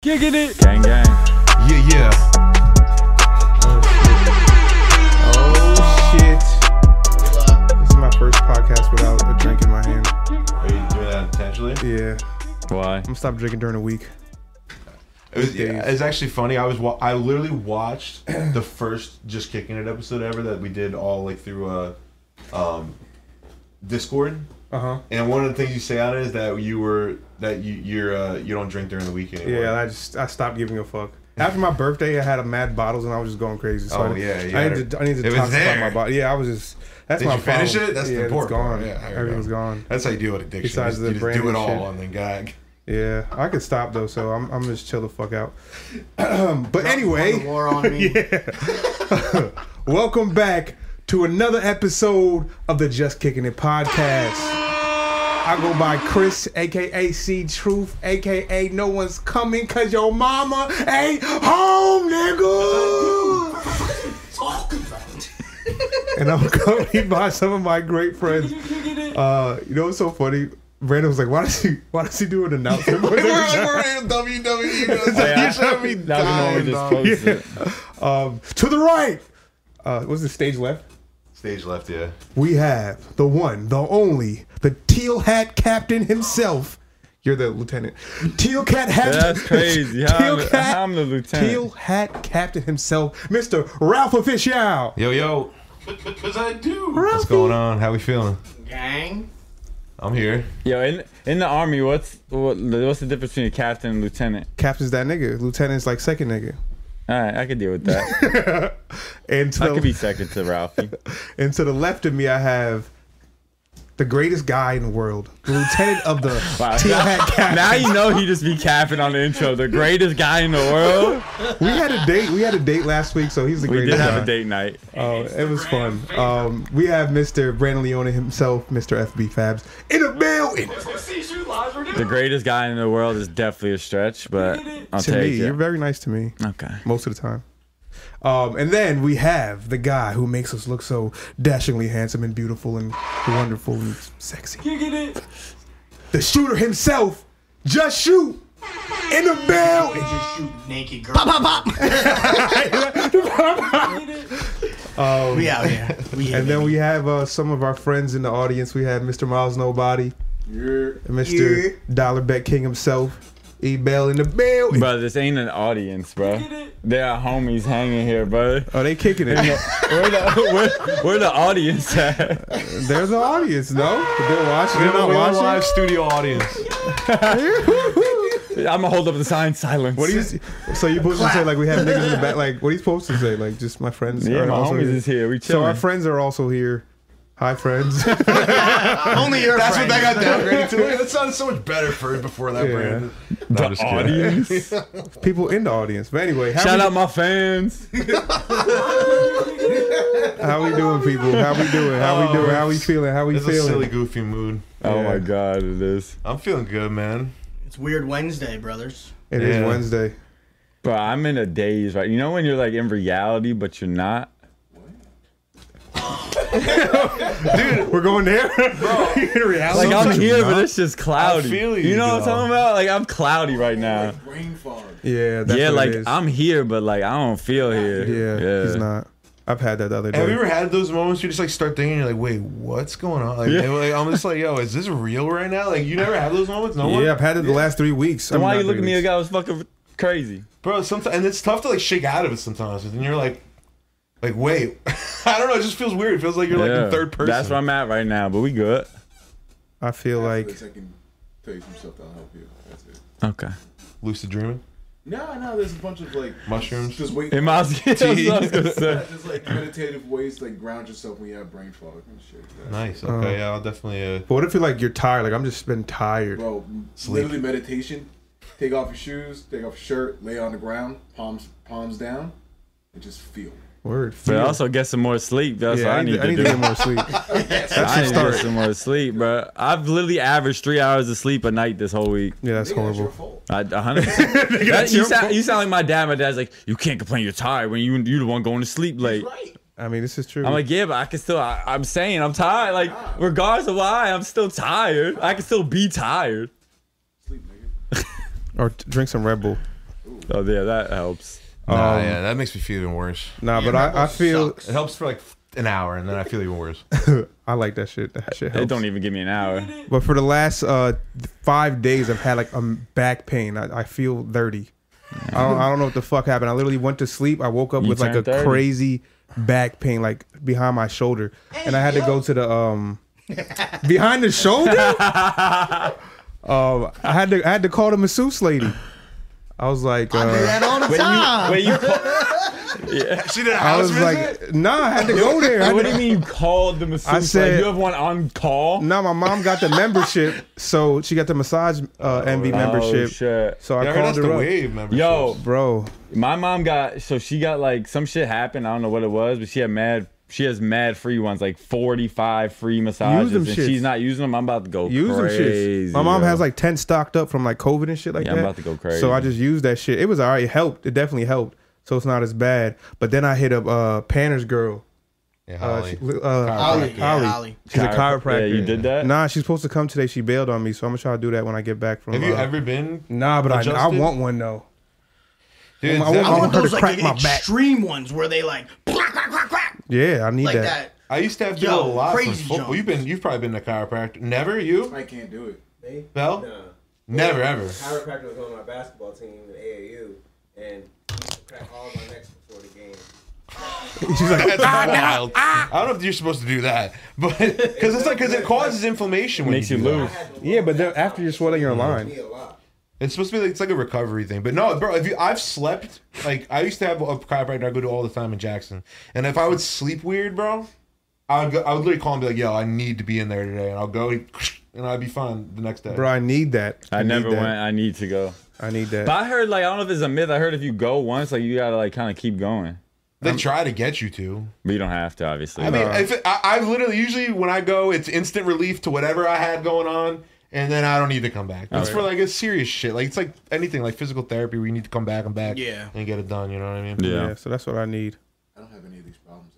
Kicking it. Gang, gang. Yeah, yeah. Oh shit. This is my first podcast without a drink in my hand. Are you doing that intentionally? Yeah. Why? I'm stop drinking during the week. It was, yeah, it's actually funny. I was wa- I literally watched the first just kicking it episode ever that we did all like through uh, um, Discord. Uh-huh. And one of the things you say on it is that you were that you you're uh, you don't drink during the week anymore. Yeah, I just I stopped giving a fuck. After my birthday, I had a mad bottles and I was just going crazy. So Oh, I, yeah, you I had need it. to I need to It was toxify there. my body. Yeah, I was just that's Did my you finish problem. it? That's yeah, the important It's gone. part. Yeah, there you go. Everything's gone. That's how you deal with addiction. Besides you just, the you just do branding it all shit. and then gag. Yeah, I could stop though, so I'm I'm just chill the fuck out. but anyway, the war on me. Welcome back to another episode of the Just Kicking It podcast. I go by Chris, aka C Truth, aka No One's Coming Cause Your Mama Ain't Home, nigga. and I'm accompanied by some of my great friends. Uh, you know what's so funny? Brandon was like, why does he why does he do an announcement? we're, we're in E. WWE. Yeah. you should be That dying, dog. um, to the right. Uh, what's the stage left? Stage left, yeah. we have the one, the only, the teal hat captain himself. You're the lieutenant. Teal cat hat. That's crazy. How I'm the- how I'm the lieutenant. Teal hat captain himself, Mr. Ralph Official. Yo yo, Because I do. Ralphie. what's going on? How we feeling? Gang. I'm here. Yo, in in the army, what's what, what's the difference between a captain and lieutenant? Captain's that nigga. Lieutenant's like second nigga. All right, I could deal with that. And to, I could be the, second to Ralphie. and to the left of me, I have the greatest guy in the world, the lieutenant of the Wow. teal hat captain. now you know he just be capping on the intro. The greatest guy in the world. We had a date. We had a date last week, so he's the We greatest. did have guy. a date night. Oh, it was fun. Um, we have Mr. Brandon Leone himself, Mr. FB Fabs, in a building. The greatest guy in the world is definitely a stretch, but I'll to me, take you're it. very nice to me Okay. most of the time. Um, and then we have the guy who makes us look so dashingly handsome and beautiful and wonderful and sexy. The shooter himself, just shoot in the building. Just shoot naked girls. Pop, pop, pop. we out here. We And then we have uh, some of our friends in the audience. We have Mr. Miles Nobody, and Mr. Yeah. Dollar Bet King himself, E Bell in the building. Bro, this ain't an audience, bro. There are homies hanging here, bro. Oh, they kicking it. Where the, where, where the audience at? There's an audience, no? They're watching. They're not We're in a live watching. studio audience. I'm gonna hold up the sign. Silence. What do you? So you supposed to say like we have niggas in the back? Like what are you supposed to say? Like just my friends. Yeah, are my also homies here. is here. We So chilling. our friends are also here. Hi, friends. only your That's what friend. that got downgraded to. That sounded so much better for before that Yeah. brand. I'm the just kidding. audience. People in the audience. But anyway, how Shout we, out my fans. How we doing, people? How we doing? How we Oh, doing? How we feeling? How we It's a feeling? silly, goofy mood. Oh Yeah. my god, it is. I'm feeling good, man. It's Weird Wednesday, brothers. It is Yeah. Wednesday. Bro, I'm in a daze, right? You know when you're like in reality, but you're not? We're going there. in reality, Like I'm here, but it's just cloudy. I feel you you, know what I'm dog. talking about? Like I'm cloudy right now. yeah, that's yeah, what like it is. I'm here, but like I don't feel here. Yeah, yeah. he's not. I've had that the other day. Have you ever had those moments you just like start thinking, you're like, wait, what's going on? Like, Yeah. and, like, I'm just like, yo, is this real right now? Like, you never have those moments, no one, yeah, I've had it the last three weeks. Then I mean, why not you look three at me like weeks. I was fucking crazy? bro. Sometimes, and it's tough to like shake out of it sometimes. And you're like, like, wait, I don't know. It just feels weird. It feels like you're like Yeah. in third person. That's where I'm at right now, but we good. I feel like I can tell you some stuff that'll help you. That's it. Okay. lucid dreaming. No, no, there's a bunch of like Mushrooms? Just wait. And my yeah, just like meditative ways to like ground yourself when you have brain fog and shit. Like that. Nice. Okay. yeah, I'll definitely. Uh, But what if you're like you're tired? Like I'm just been tired. Bro, literally meditation. Take off your shoes, take off your shirt, lay on the ground, palms palms down, and just feel. Word. But Feel. also get some more sleep. That's yeah, what I need, I need to do. get more sleep. I need to get start. some more sleep, bro. I've literally averaged three hours of sleep a night this whole week. Yeah, that's Nigga, That's your horrible. fault. I, 100. that, you, your sound, fault. you sound like my dad. My dad's like, you can't complain you're tired when you you the one going to sleep late. Right. I mean, this is true. I'm like, yeah, but I can still. I, I'm saying I'm tired. Like, regardless of why, I'm still tired. I can still be tired. Sleep, nigga. or t- drink some Red Bull. Oh yeah, that helps. Nah, Um, yeah, that makes me feel even worse. Nah, but I, I feel It helps for like an hour, and then I feel even worse. I like that shit. That shit helps. It don't even give me an hour. But for the last uh, five days, I've had like a back pain. I, I feel dirty. I don't, I don't know what the fuck happened. I literally went to sleep. I woke up You with like a turned 30. crazy back pain, like behind my shoulder, and I had to go to the um behind the shoulder. um, I had to I had to call the masseuse lady. I was like, uh, do that all the Wait, time. you, wait, you call, She did a I house was like, nah, I had to go there. I had what to- do you mean you called the masseuse? Like, said- you have one on call. No, my mom got the membership, so she got the massage uh, envy Oh, membership. shit. So I I heard called that's her the up. wave membership. Yo, Bro, my mom got so she got like some shit happened. I don't know what it was, but she had mad. She has mad free ones, like forty-five free massages, them and shits. she's not using them. I'm about to go use crazy. them shits. My mom yo. has like 10 stocked up from like COVID and shit like Yeah, I'm that. about to go crazy. So I just used that shit. It was all right. It helped. It definitely helped. So it's not as bad. But then I hit up uh, Panner's girl. Yeah, Uh, Holly. she- uh, Ollie. Ollie. Yeah, Ollie. She's a Chiropr- chiropractor. Yeah, you did that. Nah, she's supposed to come today. She bailed on me, so I'm gonna try to do that when I get back from. Have you uh, ever been? Nah, but I, I adjusted? want one though. Dude, I that- want- I want her to those crack like my back. extreme ones where they like quack, quack, quack, quack, Yeah, I need like that. that. I used to have to Yo, do a lot for crazy football. jump. You've been, you've probably been to chiropractor. Never you, I can't do it. Bell? Never ever. Chiropractor was on my basketball team at AAU, and he used to crack all my necks before the game. She's like, That's wild. I don't know if you're supposed to do that, but because it's like because it causes inflammation when Makes you you do that. lose. yeah, but then after you're sweating, you're in Mm-hmm. line. Me a lot. It's supposed to be like it's like a recovery thing, but no, bro. If you, I've slept like I used to have a chiropractor I go to all the time in Jackson, and if I would sleep weird, bro, I would go, I would literally call him and be like, "Yo, I need to be in there today," and I'll go and I'd be fine the next day. Bro, I need that. I need never that. went. I need to go. I need that. But I heard like I don't know if it's a myth. I heard if you go once, like you gotta like kind of keep going, they try to get you to. but you don't have to, obviously. I mean, if it, I, I literally usually when I go, it's instant relief to whatever I had going on, and then I don't need to come back. It's for like a serious shit. Like it's like anything, like physical therapy, where you need to come back and back, Yeah. and get it done. You know what I mean? yeah. yeah, so that's what I need. I don't have any of these problems.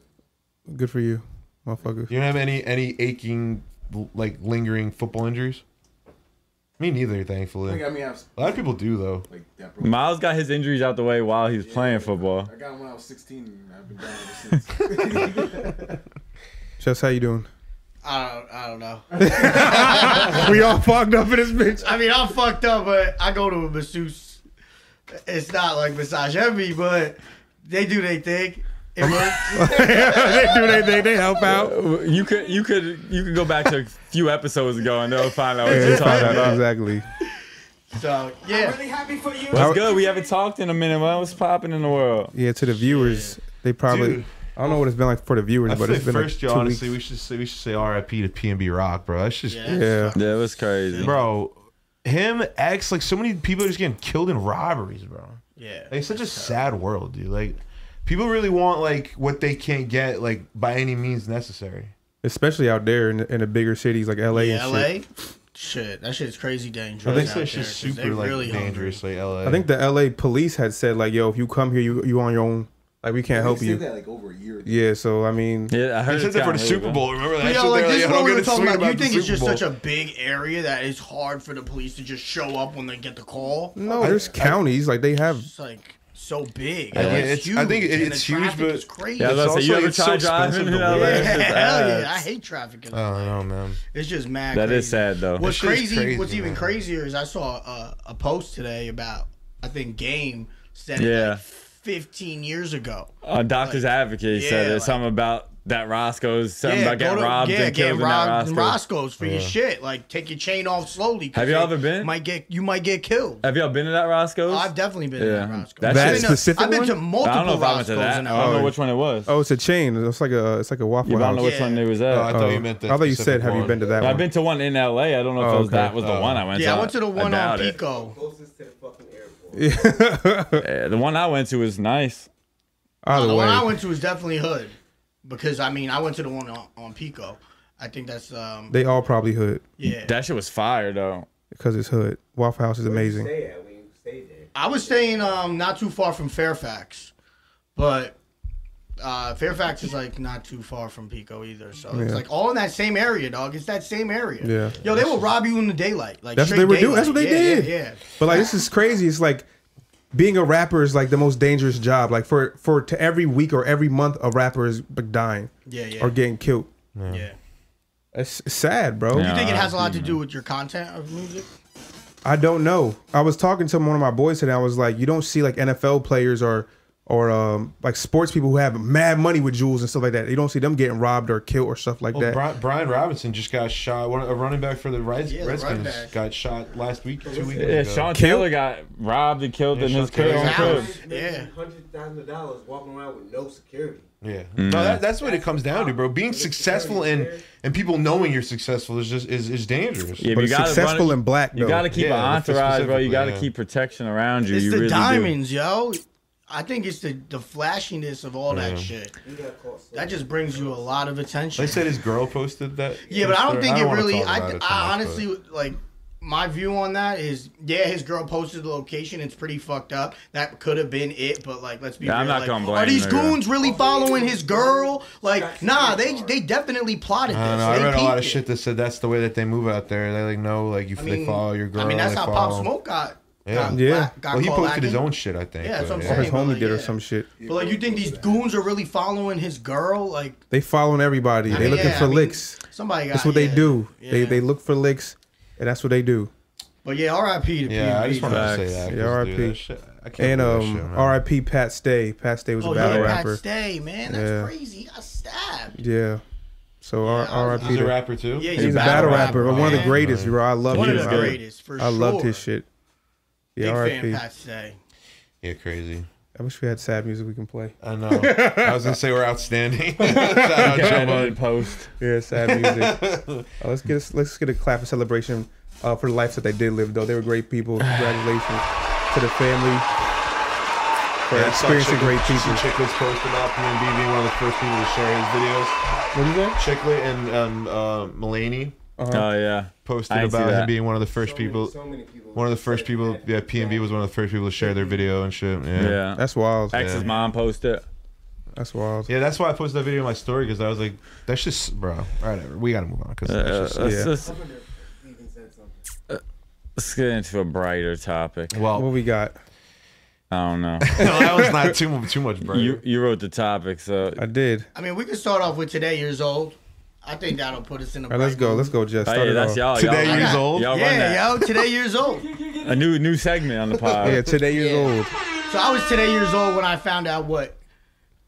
Good for you, motherfucker. You don't have any any aching, l- like lingering football injuries. Me neither, I thankfully. think I A mean, I was lot of people do though. like that. Bro. Miles got his injuries out the way while he was playing football. I got them when I was 16, and I've been down ever since. Just how you doing? I don't, I don't know. we all fucked up in this bitch. I mean, I'm fucked up, but I go to a masseuse. It's not like massage envy, but they do they thing. It works. they do their thing. They help out. You could you could you could go back to a few episodes ago and they'll find out what Yeah, you're talking about. exactly. so yeah, What's good? We haven't talked in a minute. man. What's popping in the world? Yeah, to the viewers, they probably. Dude. I don't know what it's been like for the viewers, I but feel it's like been first, like yo, two honestly, weeks. we should say we should say R.I.P. to PNB Rock, bro. That's just Yeah. Yeah, Yeah, it was crazy. bro. Him, X, like so many people are just getting killed in robberies, bro. yeah. Like it's such a sad world, dude. Like people really want like what they can't get like by any means necessary. especially out there in the, in the bigger cities like LA Yeah, and LA. shit. Shit, that shit is crazy dangerous. I think out that shit's there, 'cause super they like really dangerous, like LA. I think the LA police had said like, "Yo, if you come here, you you on your own. Like, we can't help They you." said that like over a year ago. Yeah, so I mean, Yeah, I heard they said it's that for gotten the really Super bad. Bowl. Remember that? But shit? yo, like They're this is "Yo, what we get were a talking tweet about. You the think it's Super just Bowl." such a big area that it's hard for the police to just show up when they get the call? no, there's counties like they have. It's like so big. Yeah, and it's- I think and it's the huge, traffic but- is crazy. Yeah, I was about to It's say, you also- ever it's so tried driving in expensive to LA? live. It's just Hell ass. yeah, I hate traffic. in- I don't know, man. It's just mad. That crazy. is sad though. What's That shit is crazy, crazy, What's even man. crazier is I saw a, a post today about I think Game said it Yeah. like 15 years ago. A doctor's advocate said yeah, there's like- something about that Roscoe's something about go getting to- robbed yeah, and killed get in that robbed Roscoe's. in Roscoe's for your shit. Like take your chain off slowly. 'cause Have y'all they ever been? Might get you might get killed. Have y'all been to that Roscoe's? I've definitely been Yeah. to that Roscoe's. That I've been shit- to- specific I've been one? to I multiple don't know if I went Roscoe's to that. in I don't LA. know which one it was. Oh, it's a chain. It's like a it's like a waffle yeah, but I don't know house. which one it was at. Oh, I thought Oh, you meant. I The thought you specific said, "Have you one. been to that I've one?" been to one in LA. I don't know if Oh, it was, okay. that was the one I went to. Yeah, I went to the one on doubt it. Pico. Closest to the fucking airport. Yeah, the one I went to was nice. Either The way, one I went to was definitely Hood, because I mean I went to the one on, on Pico. I think that's um they all probably hood yeah. That shit was fire though. because it's hood. Waffle House is amazing. Stay at when you stay there. I was staying um not too far from Fairfax, but uh Fairfax is like not too far from Pico either. So it's Yeah. like all in that same area, dog. It's that same area. Yeah. Yo, they will rob you in the daylight. Like That's what straight they were doing. daylight. That's what they Yeah, did. Yeah. yeah. But like this is crazy. It's like being a rapper is like the most dangerous job. Like for for to every week or every month, a rapper is dying Yeah, yeah. or getting killed. yeah. It's it's sad, bro. Yeah. You think it has a lot to do with your content of music? I don't know. I was talking to one of my boys today. I was like, you don't see like NFL players or or um, like sports people who have mad money with jewels and stuff like that. You don't see them getting robbed or killed or stuff like Well, that. Brian, Brian Robinson just got shot. One, a running back for the Reds, Yeah, the running Redskins back. got shot last week, two weeks Yeah, ago. Sean Taylor Killed? got robbed and killed Yeah, in his Sean Taylor's crib. out. crib. Yeah. Hundred thousand dollars walking around with no security. Yeah, Mm. no, that, that's what it comes down to, bro. Being successful and and people knowing you're successful is just is, is dangerous. Yeah, But you it's gotta successful run, and black. You though. got to keep Yeah, an that's entourage, bro. You specifically, got to yeah. keep protection around you. It's you the really do. diamonds, yo. I think it's the, the flashiness of all that shit. You got caught. That just brings you a lot of attention. They said his girl posted that. yeah, but I don't poster. think it wanna really. talk I, about th- it too I much, honestly would- like my view on that is yeah, his girl posted the location. It's pretty fucked up. That could have been it, but like let's be. Yeah, real, I'm not like, gonna Are blame these the girl. goons really following his girl? Like nah, they they definitely plotted but- I this. don't know. I They read a lot of peeped it. shit that said that's the way that they move out there. They like know, like you, I they mean, follow your girl. I mean, that's they how follow- Pop Smoke got. Yeah. got, Yeah. whack- got Well, he caught posted his lacking. own shit, I think. Yeah, that's but, what I'm or his saying. homie Like, did or yeah. some shit. But like, you think these goons are really following his girl? Like, They following everybody. I They mean, looking yeah, for I mean, licks. Somebody got. That's what yeah, they do. They yeah. they look for licks, and that's what they do. But yeah, R.I.P. to Yeah, I P. just wanted to say Facts. that. 'cause, Yeah, R.I.P.. dude, that shit- I can't And believe that um, shit, man. R.I.P. Pat Stay. Pat Stay was a Oh battle yeah, rapper. Pat Stay, man, that's Yeah. crazy. He got stabbed. Yeah. So Yeah, I R- was- R.I.P. He's to- a rapper too. Yeah, He's a battle rapper, but one of the man. greatest, bro. I love One him. of the bro. greatest, for I loved his sure. shit. Big Yeah, fan, R.I.P. Pat Stay. Yeah, crazy. I wish we had sad music we can play. I know. I was gonna say we're outstanding. Shout out Okay, I Joe didn't Bud. post. Yeah, sad music. Uh, let's get a, let's get a clap of celebration uh, for the life that they did live, though. They were great people. Congratulations to the family for Yeah, I saw experiencing Chicklet- great I people. see Chicklets posted about PMB being one of the first people to share his videos. What is that? Chicklet and um, uh, Mulaney Oh yeah. posted I didn't see about that. him being one of the first So many- people. so many people one of the first said people. that. Yeah, PMB was one of the first people to share their video and shit. Yeah. yeah. Yeah. That's wild. X's mom posted. That's wild. that's why I posted that video in my story because I was like, "That's just, bro. Whatever. We gotta move on because Uh, let's, yeah. let's, Someone even said something. let's get into a brighter topic. What well, we got? I don't know. no, that was not too too much, bro. you you wrote the topic, so oh, I did. I mean, we can start off with today years old. I think that'll put us in a. All right, let's go. Let's go, Jess. Oh, Start yeah, it that's off. y'all. Today y'all, years got- old. Y'all run that. Yeah, yo, today years old. A new new segment on the pod. Oh, Yeah, today years Yeah. old. So I was today years old when I found out what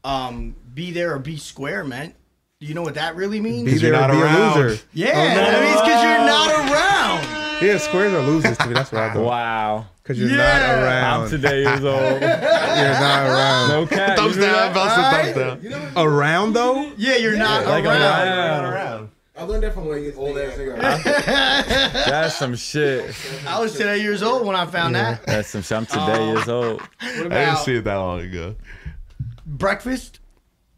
um, be there or be square meant. Do you know what that really means? Be you're there Oh, or not be around. a loser. yeah, that means because you're not around. Yeah, squares are losers to me. That's what I thought. Wow. Because you're Yeah. not around. I'm today years old. You're not around. No cap. Thumbs you knew down, that? about some thumbs down. Around though? Yeah, you're not Like around. around. around. I learned that from one old ass nigga. That's some shit. I was today years old when I found that. That's some shit. I'm today years old. What I didn't about see it that long ago. breakfast?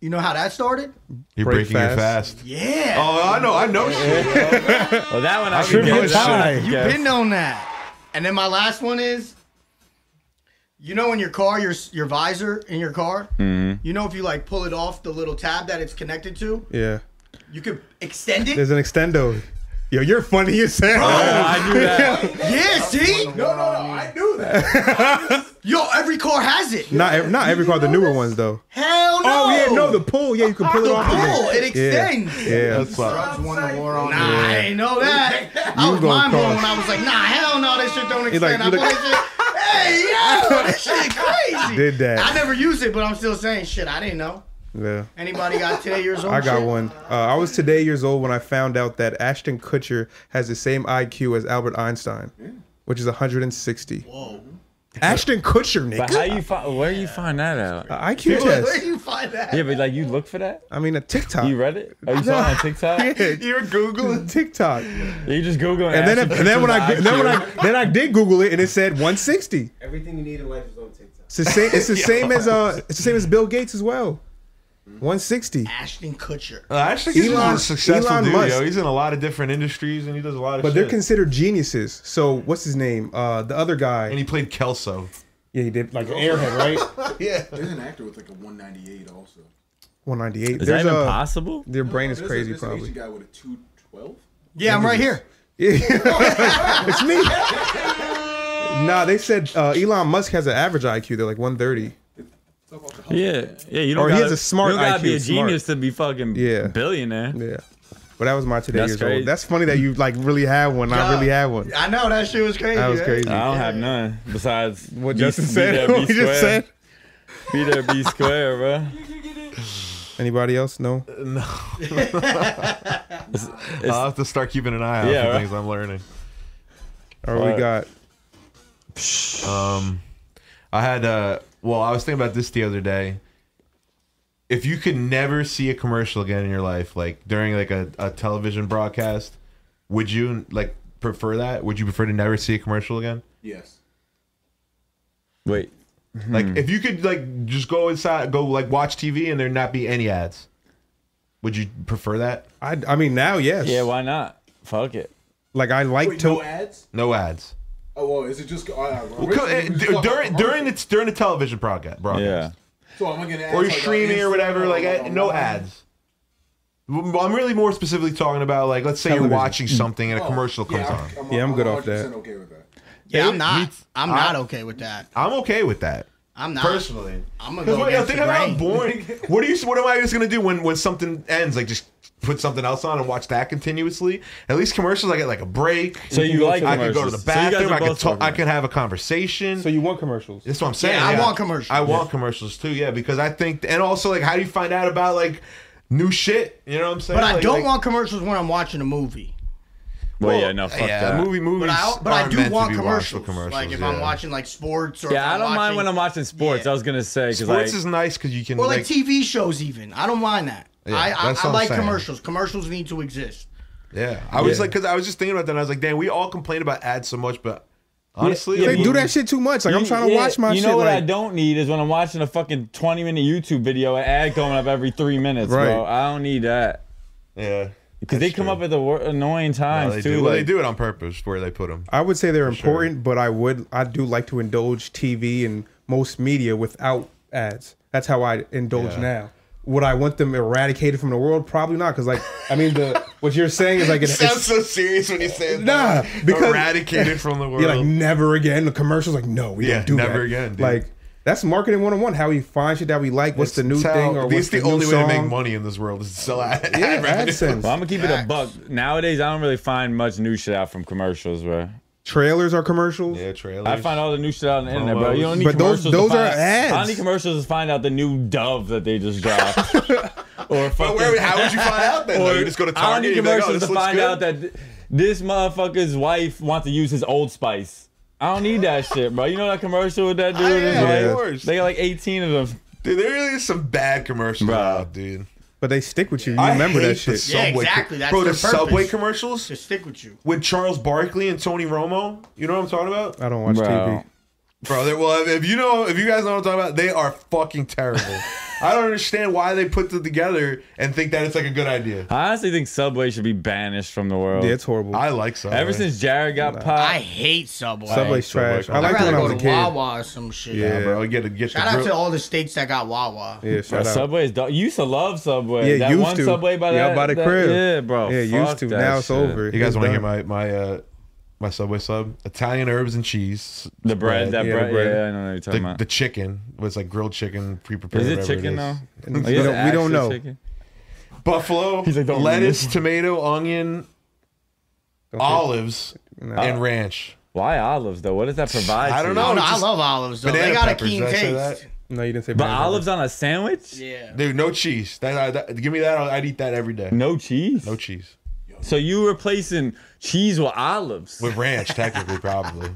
You know how that started? You're Break breaking your fast. fast. Yeah. Oh, I know, I know. shit. Well, that one I Trivia should get. time. You've been on that. And then my last one is, you know, in your car, your your visor in your car. Mm-hmm. You know, if you like pull it off the little tab that it's connected to, Yeah. you could extend it. There's an extendo. Yo, you're funny as hell. I knew that. Yeah. See? No, no, no. I knew that. Yo, every car has it. Not ev- not every car, the newer ones though. Hell no. Oh yeah, no, the pull. Yeah, you can pull it The off. again. pull, it extends. Yeah. yeah. That's why. Won the war on. Nah, I ain't know that. I You was gonna mind blown cost- when I was like, nah, hell no, this shit don't He like- extend. he I'm like- like, hey, yo, this shit crazy. Did that. I never used it, but I'm still saying shit. I didn't know. Yeah. Anybody got today years old? I got shit? one. Uh, I was today years old when I found out that Ashton Kutcher has the same IQ as Albert Einstein, which is 160. Whoa. Ashton Kutcher, But how nigga. you find? Where you find that out? A IQ Where do Uh, test. you find that? Yeah, but like you look for that. I mean, a TikTok. You read it? Oh, you saw it on TikTok? Uh, Yeah, You're Googling. TikTok. You just Google And then, and then when I then when I then I did Google it and it said 160. Everything you need in life is on TikTok. It's the same. It's the same as uh. It's the same as Bill Gates as well. 160. Ashton Kutcher. Actually, he's Elon- a successful Elon dude. Musk. Yo. He's in a lot of different industries and he does a lot of But shit. they're considered geniuses. So what's his name? Uh, the other and guy. he played Kelso. Yeah, he did like Airhead, right? There's an actor with like a 198 also. 198. Is that even a- possible? uh, Their brain is There's a- crazy, there's an probably. Asian guy with a 212. Yeah, I'm right here. it's me. Nah, they said uh, Elon Musk has an average IQ. They're like 130. Yeah, yeah. You don't. Or he has gotta- a smart You don't gotta IQ, be a smart. genius to be fucking Yeah. billionaire. Yeah. But that was my today That's years crazy. old. That's funny that you like really had one. I Yeah. really had one. I know that shit was crazy. That was right? crazy. I don't have none besides what be- Justin be said. there, What be he just square. said. Be there, be square, bro. Anybody else? No. I'll have to start keeping an eye out Yeah, for right. things I'm learning. Or we Alright. got. Um, I had uh, well, I was thinking about this the other day. If you could never see a commercial again in your life, like during like a, a television broadcast, would you like prefer that? Would you prefer to never see a commercial again? Yes. Wait, Like if you could like just go inside, go like watch TV and there not be any ads, would you prefer that? I, I mean now yes. yeah, why not? Fuck it. Like I like Wait, to. no ads? No ads. Oh, well, is it just. Uh, Co- eh, d- during oh, during it's during the television broadcast, Yeah, broadcast. So am I gonna ask, or like, uh, streaming or Instagram whatever. Like eh, online? no ads. Well, I'm really more specifically talking about like let's say Television. you're watching something and a Oh, commercial yeah, comes on. I'm, Yeah, I'm good off that. 100% okay with that. Yeah, I'm not. I'm not I- okay with that. I'm okay with that I'm not. personally. I'm gonna Because go what, yo, against think the about grain. how boring. What are you? What am I just gonna do when when something ends? Like just put something else on and watch that continuously. At least commercials, I get like a break. So you like I can go to commercials. the So you guys bathroom. are I can both talk. I arguing. can have a conversation. So you want commercials? That's what I'm saying. Yeah, I want commercials. I want commercials too. Yeah, because I think and also like how do you find out about like new shit? You know what I'm saying? But I Like- don't like- want commercials when I'm watching a movie. well, yeah, no, fuck yeah, that. Movie movies. But I, but I aren't do meant to want be watched with commercials. Like if I'm yeah. watching like sports or if Yeah, I I'm don't mind when I'm watching- watching sports. Yeah. I was gonna say because Sports like, is nice because you can or like, like TV shows even. I don't mind that. Yeah, I I, that's I what I'm like saying. commercials. Commercials need to exist. Yeah, I was Yeah. like, because I was just thinking about that. and I was like, damn, we all complain about ads so much, but honestly, yeah, like, They do you- that shit too much. Like I'm trying to Yeah, watch my You shit. know what like, I don't need is when I'm watching a fucking 20 minute YouTube video, an ad coming up every three minutes, bro. Right. I don't need that yeah, because they come up at the wor- annoying No, times they, too. do. Well, they like- do it on purpose where they put them. I would say they're sure. important, but I would I do like to indulge TV and most media without ads. That's how I indulge Yeah. now. Would I want them eradicated from the world? Probably not, because like I mean, the what you're saying is like it, it's, so serious when you say Nah, because- eradicated from the world. you're like never again. The commercials like no, we Yeah, don't do never that. again, dude. Like that's marketing one on one. How we find shit that we like. What's the new It's how- thing or what's it's the, the, only new way song? to make money in this world is to sell ad, ad Yeah, revenue. AdSense. Well, I'm gonna keep it a buck. Nowadays, I don't really find much new shit out from commercials, bro. Trailers are commercials. Yeah, trailers. I find all the new shit out on the internet, bro. You don't need But those- commercials. to those find- are ads. I don't need commercials to find out the new Dove that they just dropped. or But fucking. where, how would you find out then? though? or you just go to I don't Target. need and be like, oh, commercials this to looks find good. out that th- this motherfucker's wife wants to use his Old Spice. I don't need that shit, bro. You know that commercial with that dude? yeah, It's of like- course. They got like 18 of them. Dude, there really is some bad commercials Bruh. out, dude. But they stick with you. You remember hate that the shit. Yeah, exactly, that's bro, their the Subway purpose. commercials To stick with you. with Charles Barkley and Tony Romo. You know what I'm talking about, I don't watch Bro. TV. bro? They're, well, if- if you know, if you guys know what I'm talking about, they are fucking terrible. I don't understand why they put them together and think that it's like a good idea. I honestly think Subway should be banished from the world. Yeah, it's horrible. I like Subway. Ever since Jared got popped, I hate Subway. Subway's Subway trash. commercials. I I'd liked it rather when I go was a to kid. Wawa or some shit. yeah, bro, get to get Shout the out grill. to all the states that got Wawa. Yeah, Bro, shout out. Subway's dog. You used to love Subway. Yeah, that used one to. Subway by Yeah, that, by the that- crib. Yeah, bro. Yeah, fuck used to. that Now it's shit. over. you guys It's want to hear done. my my uh, my Subway sub? Italian herbs and cheese. The bread, that Yeah, the bread. bread. Yeah, I know what you're talking the, about. the chicken was like grilled chicken, pre prepared. is it chicken though? And Like, we is it don't- we don't actually know. chicken? Buffalo, He's like, "Don't remember lettuce, this one." tomato, onion, Don't think- olives, No. Ah. and ranch. Why olives though? What does that provide? I to you? don't know. Oh, no, I just- love olives though. They Banana got peppers, a keen did I say taste. No, you didn't say. But banana olives on a sandwich? Yeah. Dude, no cheese. That, that- give me that. I'll- I'd eat that every day. No cheese. No cheese. So you replacing cheese with olives? With ranch, technically, probably.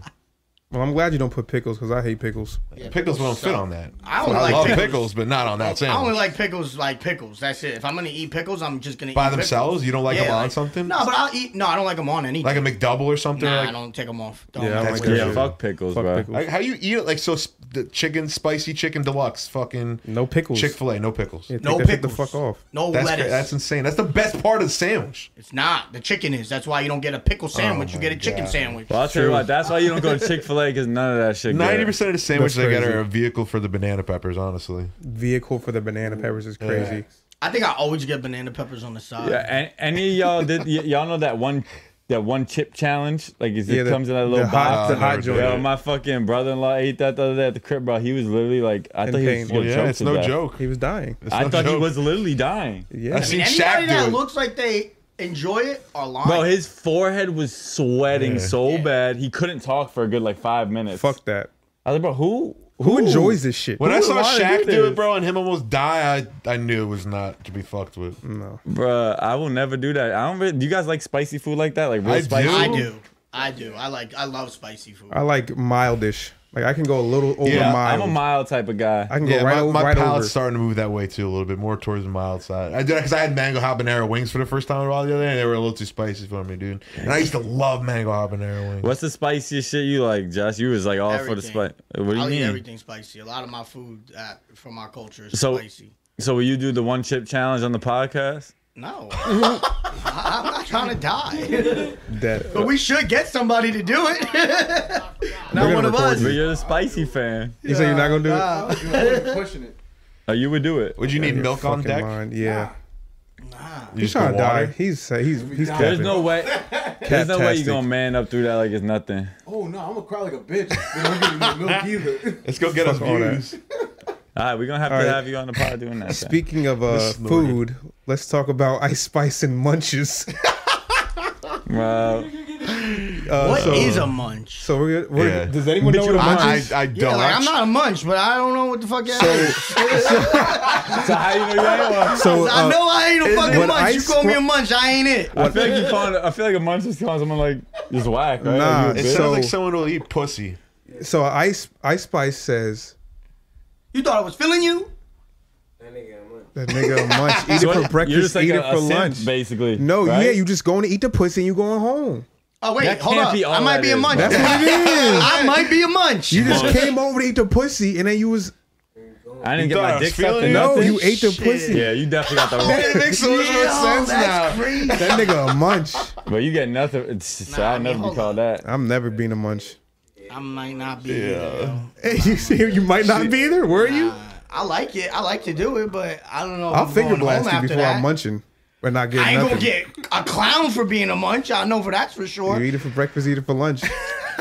Well, I'm glad you don't put pickles because I hate pickles. pickles don't fit on that. I only like love pickles. pickles. but not on that I sandwich. only like pickles like pickles. That's it. If I'm gonna eat pickles, I'm just gonna By eat pickles. themselves? You don't like them on something? No, but I'll eat. No, I don't like them on anything. Like a McDouble or something? nah, like, I don't take them off. Don't Yeah, I mess don't with like it. that. yeah, fuck pickles, Fuck bro. pickles. Like, how you eat it? Like, so sp- the chicken, spicy chicken deluxe, fucking No pickles. Chick fil A, no pickles. Yeah, take No that shit pickles. the fuck off. No That's, lettuce. cra- that's insane. That's the best part of the sandwich. it's not. The chicken is. That's why you don't get a pickle sandwich. you Oh my get a chicken God. sandwich. Well, I'll tell you what. That's why you don't go to Chick Fil A because none of that shit. good. 90% of the sandwiches That's I get crazy. are a vehicle for the banana peppers, honestly. Vehicle for the banana peppers is crazy. I think I always get banana peppers on the side. Yeah, and, any of y'all did y- y'all know that one that one chip challenge. Like it Yeah, the- comes in that little the hot- box. the hot Yo, joint. my fucking brother-in-law ate that the other day at the crib, bro. He was literally like, I In thought he pain. was Well, gonna yeah, choke it's to no death. joke. He was dying. It's I no thought he joke. was literally dying. Yeah. I seen Shaq Anybody do that it. looks like they enjoy it are lying. Bro, his forehead was sweating Yeah. so bad he couldn't talk for a good like five minutes. Fuck that. I was like, bro, who Who enjoys this shit? When I would saw wanna do Shaq do, this? it, bro, and him almost die, I, I knew it was not to be fucked with. No. Bro, I will never do that. I don't. Really, do you guys like spicy food like that? Like real I spicy? do. I do. I do. I like. I love spicy food. I like mildish. Like I can go a little over Yeah, I'm mild. I'm a mild type of guy. I can go Yeah, right, my, over, my right palate's over. starting to move that way too a little bit more towards the mild side. I did because I had mango habanero wings for the first time in a while the other day, and they were a little too spicy for me, dude. And I used to love mango habanero wings. What's the spiciest shit you like, Josh? You was like all for the Everything. spice. What do you I'll eat mean? everything spicy. A lot of my food uh, from our culture is So- spicy. So will you do the one chip challenge on the podcast? No, I, I'm not trying to die. That- But we should get somebody to do it. not gonna one of record us. But you're the spicy fan. You say you're not gonna do it? Nah, You know, I'm pushing it. Oh, you would do it. Would you need Your milk on fucking deck? mind. Yeah. nah. You He's just trying to put die. water? He's he's he's There's There's capping. no way. There's no way you're Captastic. gonna man up through that like it's nothing. Oh no, I'm gonna cry like a bitch. They don't give me no milk either. Let's go get us Fuck all that. views. All right, we're gonna have All to right. have you on the pod doing that. Speak. Speaking of uh, snorted. food, let's talk about Ice Spice and Munches. Bro, Uh, What is so, a munch? So we're, gonna- we're Yeah. does anyone know what a munch I, is? I, I Yeah, don't. like, I'm Actu- not a munch, but I don't know what the fuck that So- is. so how you know you ain't one? so I uh, know I ain't a fucking what munch. You ice call me a cro- munch, I ain't it. I feel like you calling. I feel like a munch is calling someone like just whack, right? Nah, Like, you a bitch. it sounds So- like someone will eat pussy. so Ice Ice Spice says You thought I was feeling you? That nigga, I'm like, that nigga a munch eat So it for you're breakfast, just like eat a- it a for simp, lunch. basically. No, right? yeah, you just going to eat the pussy and you going home. Oh wait, That hold can't up. be all I might that be a is, munch. bro. That's what it is. I might be a munch. You just Munch. came over to eat the pussy and then you was I didn't get You thought I my was dick sucked. feeling or you? no, nothing. you ate the Shit. pussy. Yeah, you definitely got the wrong. It makes so much more that's sense now. crazy. That nigga a munch. but you get nothing. It's, Nah, I I'll mean, never be hold called that. I'm never being a munch. I might not be. either, yo. you see, you might not be there. Were you? I like it. I like to do it, but I don't know. if I'll I'm finger going blast home you after before that. I'm munching. But not getting I ain't nothing. gonna get a clown for being a munch. I know for that's for sure. You eat it for breakfast, eat it for lunch.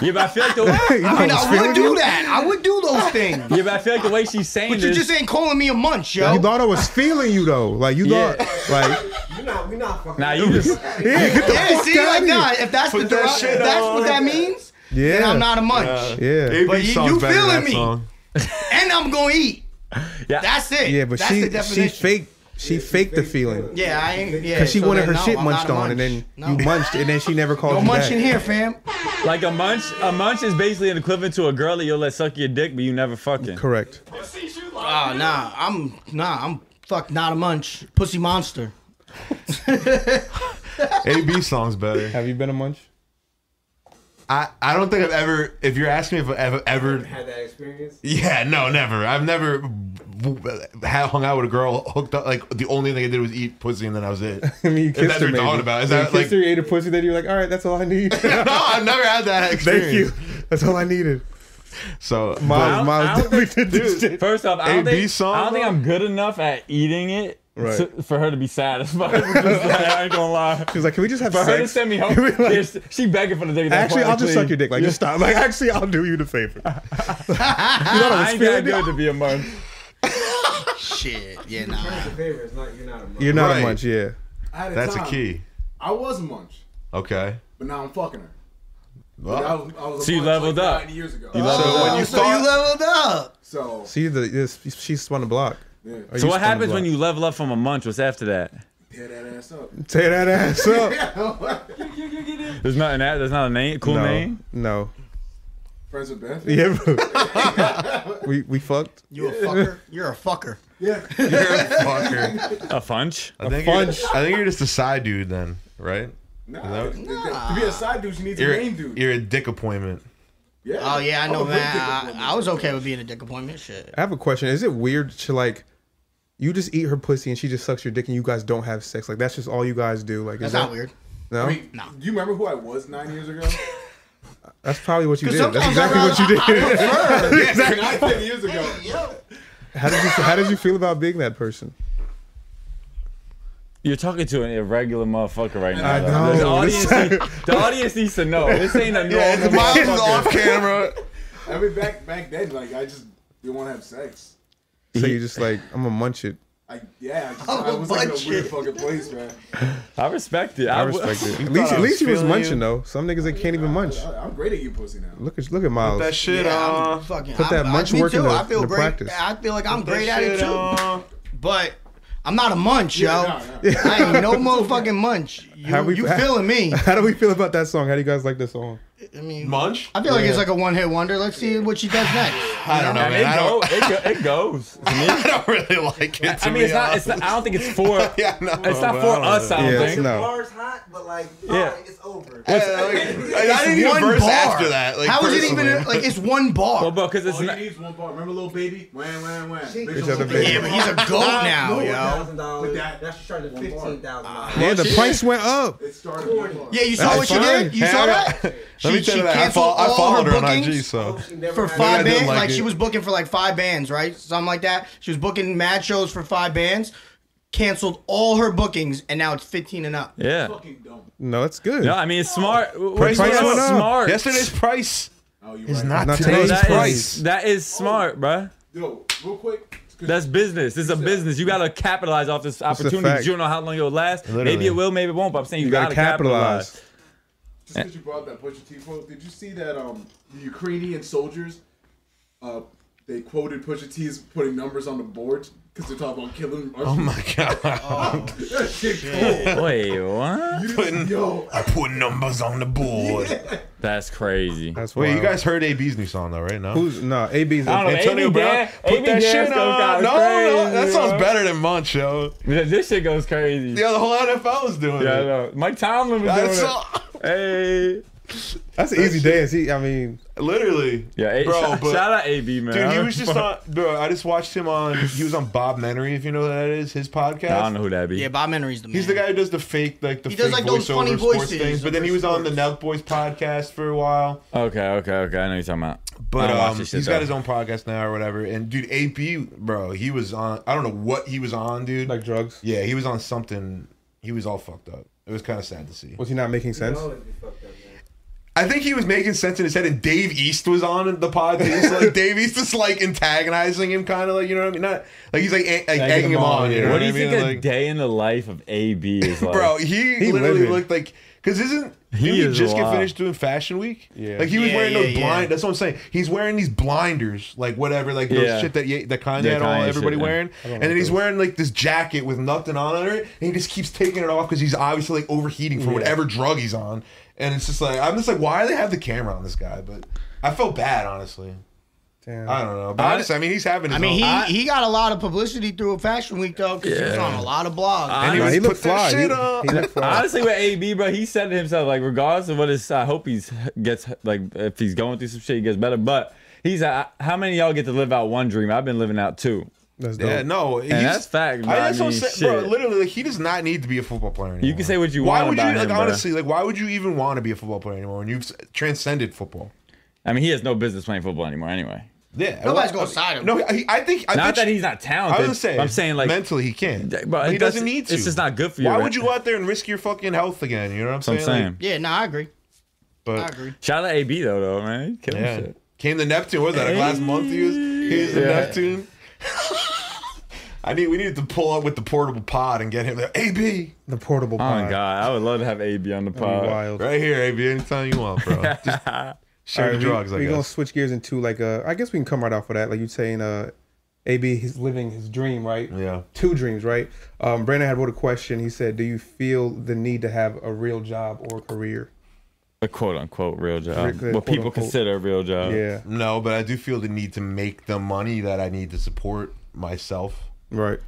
Yeah, but I feel like the. You I mean, know, I would do that. I would do those things. Yeah, but I feel like the way she's saying But you this. just ain't calling me a munch, yo. You thought I was feeling you though. Like you Yeah. thought like you not, we not fucking. nah, you just. Yeah, get the yeah, fuck see, out like of here. that. If that's the Put that derog- shit if that's on. what that means, Yeah. then I'm not a munch. Yeah. AB you- song's you better than feeling that me. song. And I'm gonna eat. Yeah. That's it. Yeah, but that's the she she definition. faked she faked the feeling. Yeah, I ain't. Yeah, Cause she so wanted then, her no, shit I'm munched not a on, and then munch. no. you munched, and then she never called No you munch in back. here, fam. Like a munch, a munch is basically an equivalent to a girl that you'll let suck your dick, but you never fucking. Correct. Oh, nah, I'm nah, I'm fuck not a munch, pussy monster. AB song's better. Have you been a munch? I, I don't think I've ever. If you're asking me if I ever ever, had that experience. yeah, no, never. I've never w- w- had hung out with a girl hooked up. Like the only thing I did was eat pussy, and then that was it. I mean, you that's kissed her. what you're Maybe. talking about. Is You that, kissed like- her, you ate a pussy, then you're like, all right, that's all I need. no, I've never had that Thank you. experience. That's all I needed. So, I Miles, don't- I Miles don't definitely did this shit. First off, I don't, AB think, song, I don't think bro? I'm good enough at eating it Right. to- for her to be satisfied. with this. I ain't gonna lie. She was like, can we just have For her to sex? send me home, Like- yeah, she- she begging for the dick. at that Actually, point, I'll just please. suck your dick. Like, Yeah. just stop. Like, actually, I'll do you the favor. I ain't that feeling it. good to be a munch. Shit, yeah, nah. The favor is not, you're not a monk. You're not Right. a munch, yeah. I had that's a time. key. I was munch, Okay. but now I'm fucking her. But I Well, was, I was a So you munch, leveled like, up. Nine years ago. So when you so thought- you leveled up. so See, the this, she spun the block. yeah, Or So you what spun the happens block. when you level up from a munch? What's after that? tear that ass up. tear that ass up? There's nothing. that- There's not a name. Cool no, name. no. Friends with Beth. Yeah, bro. we we fucked. You a fucker. You're a fucker. Yeah. you're a fucker. A funch. I think, you're, I Fudge. think you're just a side dude then, right? Nah, To be a side dude, you need You're to name dude. you're a dick appointment. Yeah. Oh yeah, I I'm know, a good man. dick appointment. I, I was okay with being a dick appointment. Shit. I have a question. Is it weird to like, you just eat her pussy and she just sucks your dick and you guys don't have sex? Like that's just all you guys do. Like That's is that, not weird. No, I mean, No. do you remember who I was nine years ago? that's probably what you 'Cause did. That's sometimes exactly I'd what you did. exactly. Nine, ten years ago. how did you How did you feel about being that person? You're talking to an irregular motherfucker right now. I though. know. The audience, need- the audience needs to know. This ain't a normal Miles is off motherfucker. camera. I mean, back back then, like I just didn't want to have sex. So you're just like, I'm gonna munch it. I yeah, I, just, I'm I was like in a a weird budget. fucking place, man. I respect it. I w- respect it. At thought least, I at least you was feeling you? munching though. Some niggas Oh, they can't even munch. I, am great at you, pussy now. Look at look at Miles. That shit Yeah, I'm on. fucking, Put that I, munch I, me work in too. the- I feel the great. practice. I feel like I'm great at it Shit too. on. But I'm not a munch, Yeah, yo. no, no. I ain't no motherfucking munch. You, Have we- you feeling me? How do we feel about that song? How do you guys like this song? I mean, Munch? I feel like it's like a one hit wonder. Let's see what she does next. I don't know, I mean, man. it, I go, don't, it, go, it goes. To me. I don't really like it. To I mean, it's be not, it's not. I don't think it's for. Yeah, I know, it's not but for I don't us. know. I don't Yeah, think. no. The bar's hot, but like, fine, Yeah. it's over. honest. Like, I didn't even verse after that. Like, How is it even personally. like it's one bar? Well, bro, because it's All you not. need is one bar. Remember, little baby? Wham, wham, wham. Bitch, Little I'm a Baby. yeah, but he's a goat now, yo. thousand But dollars. that- That's charging fifteen thousand dollars. Ah. Yeah, the price went up. It started with one bar. Yeah, you saw That's what she fine. did. You Hey, saw I that. got- Let me She- tell she you that. I, canceled fol- I all followed her her on IG, bookings? Oh, so. for I five didn't bands. Like, like it. she was booking for like five bands, right? Something like that. She was booking mad shows for five bands, canceled all her bookings, and now it's fifteen and up. Yeah. Fucking dumb. No, it's good. No, I mean it's smart. Price price went up. smart. Yesterday's price Oh, you is right. not, Not today's today's that price. is that is smart, bruh. Yo, real quick. 'cause That's business. This is a business. You gotta capitalize off this a opportunity. 'cause fact. You don't know how long it'll last. Maybe Literally. it will, maybe it won't. But I'm saying you, You gotta, gotta capitalize. capitalize. Just because you brought up that Pusha T quote, did you see that um the Ukrainian soldiers, uh, they quoted Pusha T as putting numbers on the board because they're talking about killing. Oh my god. Oh, that shit cold. Wait, what? Putting- Yo, I put numbers on the board. That's crazy. That's Wait, you wild. guys heard AB's new song though, right? No. Who's no? AB's. I don't know. Antonio Amy Brown? Dan- put Amy Dan that shit still on. got No, no, crazy, that sounds yo. better than Munch, yo. This shit goes crazy. Yeah, the whole NFL is doing Yeah, I it. know. Mike Tomlin was doing That's it. Hey. That's an easy dance. He, I mean, literally. Yeah, A- bro. shout, but shout out AB man. dude, I he don't was just fuck- on. Bro, I just watched him on. He was on Bob Menery, if you know who that is, his podcast. I don't know who that be. Yeah, Bob Menery's the man. He's the guy who does the fake, like the He fake does, like, those voiceover funny sports voices things. But then he was on the Nelk Boys podcast for a while. Okay, okay, okay. I know you're talking about. I But don't watch um, this he's shit, got though. his own podcast now or whatever. And dude, AP, bro, he was on. I don't know what he was on, dude. like drugs. yeah, he was on something. He was all fucked up. It was kind of sad to see. Was he not making sense? Always be fucked up, man. I think he was making sense in his head, and Dave East was on the pod. He was like Dave East is like antagonizing him, kind of like you know what I mean. Not like he's like, a- like Egging egging him him on, on. yeah. You know What what do you I mean? think a Like, day in the life of AB is like? bro, he, He literally living. looked like because isn't He he he is just get wild. finished doing Fashion Week? Yeah. like he was Yeah, wearing yeah, those yeah. blind. That's what I'm saying. He's wearing these blinders, like whatever, like those Yeah. shit that Ye- that Kanye Yeah, had all Kanye everybody shit, yeah. wearing, and then he's wearing like this jacket with nothing on under it, and he just keeps taking it off because he's obviously like overheating from whatever drug he's on, and it's just like I'm just like, why do they have the camera on this guy? But I felt bad, honestly. Damn. I don't know, but I, just I mean he's having. His I mean, he own, he got a lot of publicity through Fashion Week though, because he was on a lot of blogs. I- and he, Nah, was he put looked fly. that shit He- up. he looked fly. Honestly, with AB, bro, he said to himself, like, regardless of what his, I hope he's gets like, if he's going through some shit, he gets better. But he's, uh, how many of y'all get to live out one dream? I've been living out two. That's dope. Yeah, no, he's- that's fact, bro. I that's what I'm mean, saying, bro, shit. literally, like, he does not need to be a football player anymore. You can say what you why want would about you, him, like, bro. honestly, like, why would you even want to be a football player anymore when you've s- transcended football? I mean, he has no business playing football anymore, anyway. Yeah, Nobody's well, gonna sign him. No, he, I think I Not bet that you- he's not I was talented. gonna say, I'm saying like mentally he can, Yeah, but, bro, it he doesn't doesn't- need it's to. just not good for you, Why right? would you go out there and risk your fucking health again? You know what I'm that's what saying? I'm Like, saying. yeah, no, I agree. but I agree. Shout out AB though, though, man. He Killing yeah, shit. came the Neptune. What was that like, last month? He was he was the Yeah. Neptune. I need we needed to pull up with the portable pod and get him there. AB, The portable. Oh my pod. god, I would love to have AB on the That'd be uh, pod. wild. Right here, AB, anytime you want, bro. Just share your All right, drugs, we, I we guess. gonna switch gears into like uh, I guess we can come right off of that. Like you saying, uh, AB, he's living his dream, right? Yeah. Two dreams, right? Um, Brandon had wrote a question. He said, "Do you feel the need to have a real job or career?" A quote unquote real job. Quote, what people unquote. consider a real job. Yeah. No, but I do feel the need to make the money that I need to support myself. Right.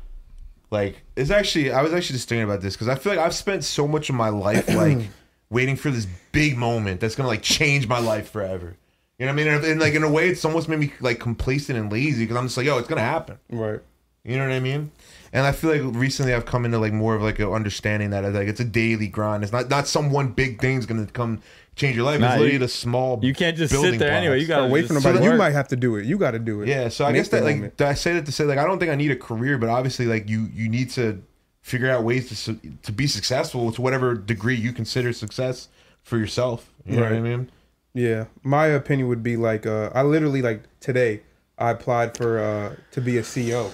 Like, it's actually, I was actually just thinking about this because I feel like I've spent so much of my life, like, waiting for this big moment that's going to, like, change my life forever. You know what I mean? And, and, like, in a way, it's almost made me, like, complacent and lazy because I'm just like, yo, it's going to happen. Right. You know what I mean? And I feel like recently I've come into like more of like an understanding that like it's a daily grind. It's not not some one big thing's gonna come change your life. Nah, it's you- literally the small. You can't just building sit there anyway. blocks. You gotta Away just from nobody. sit- You work. might have to do it. You got to do it. Yeah, so I Make guess that the like moment. I say that to say like I don't think I need a career, but obviously like you you need to figure out ways to su- to be successful to whatever degree you consider success for yourself. You know what I Right. mean? Yeah, my opinion would be like uh, I literally like today I applied for uh, to be a CEO.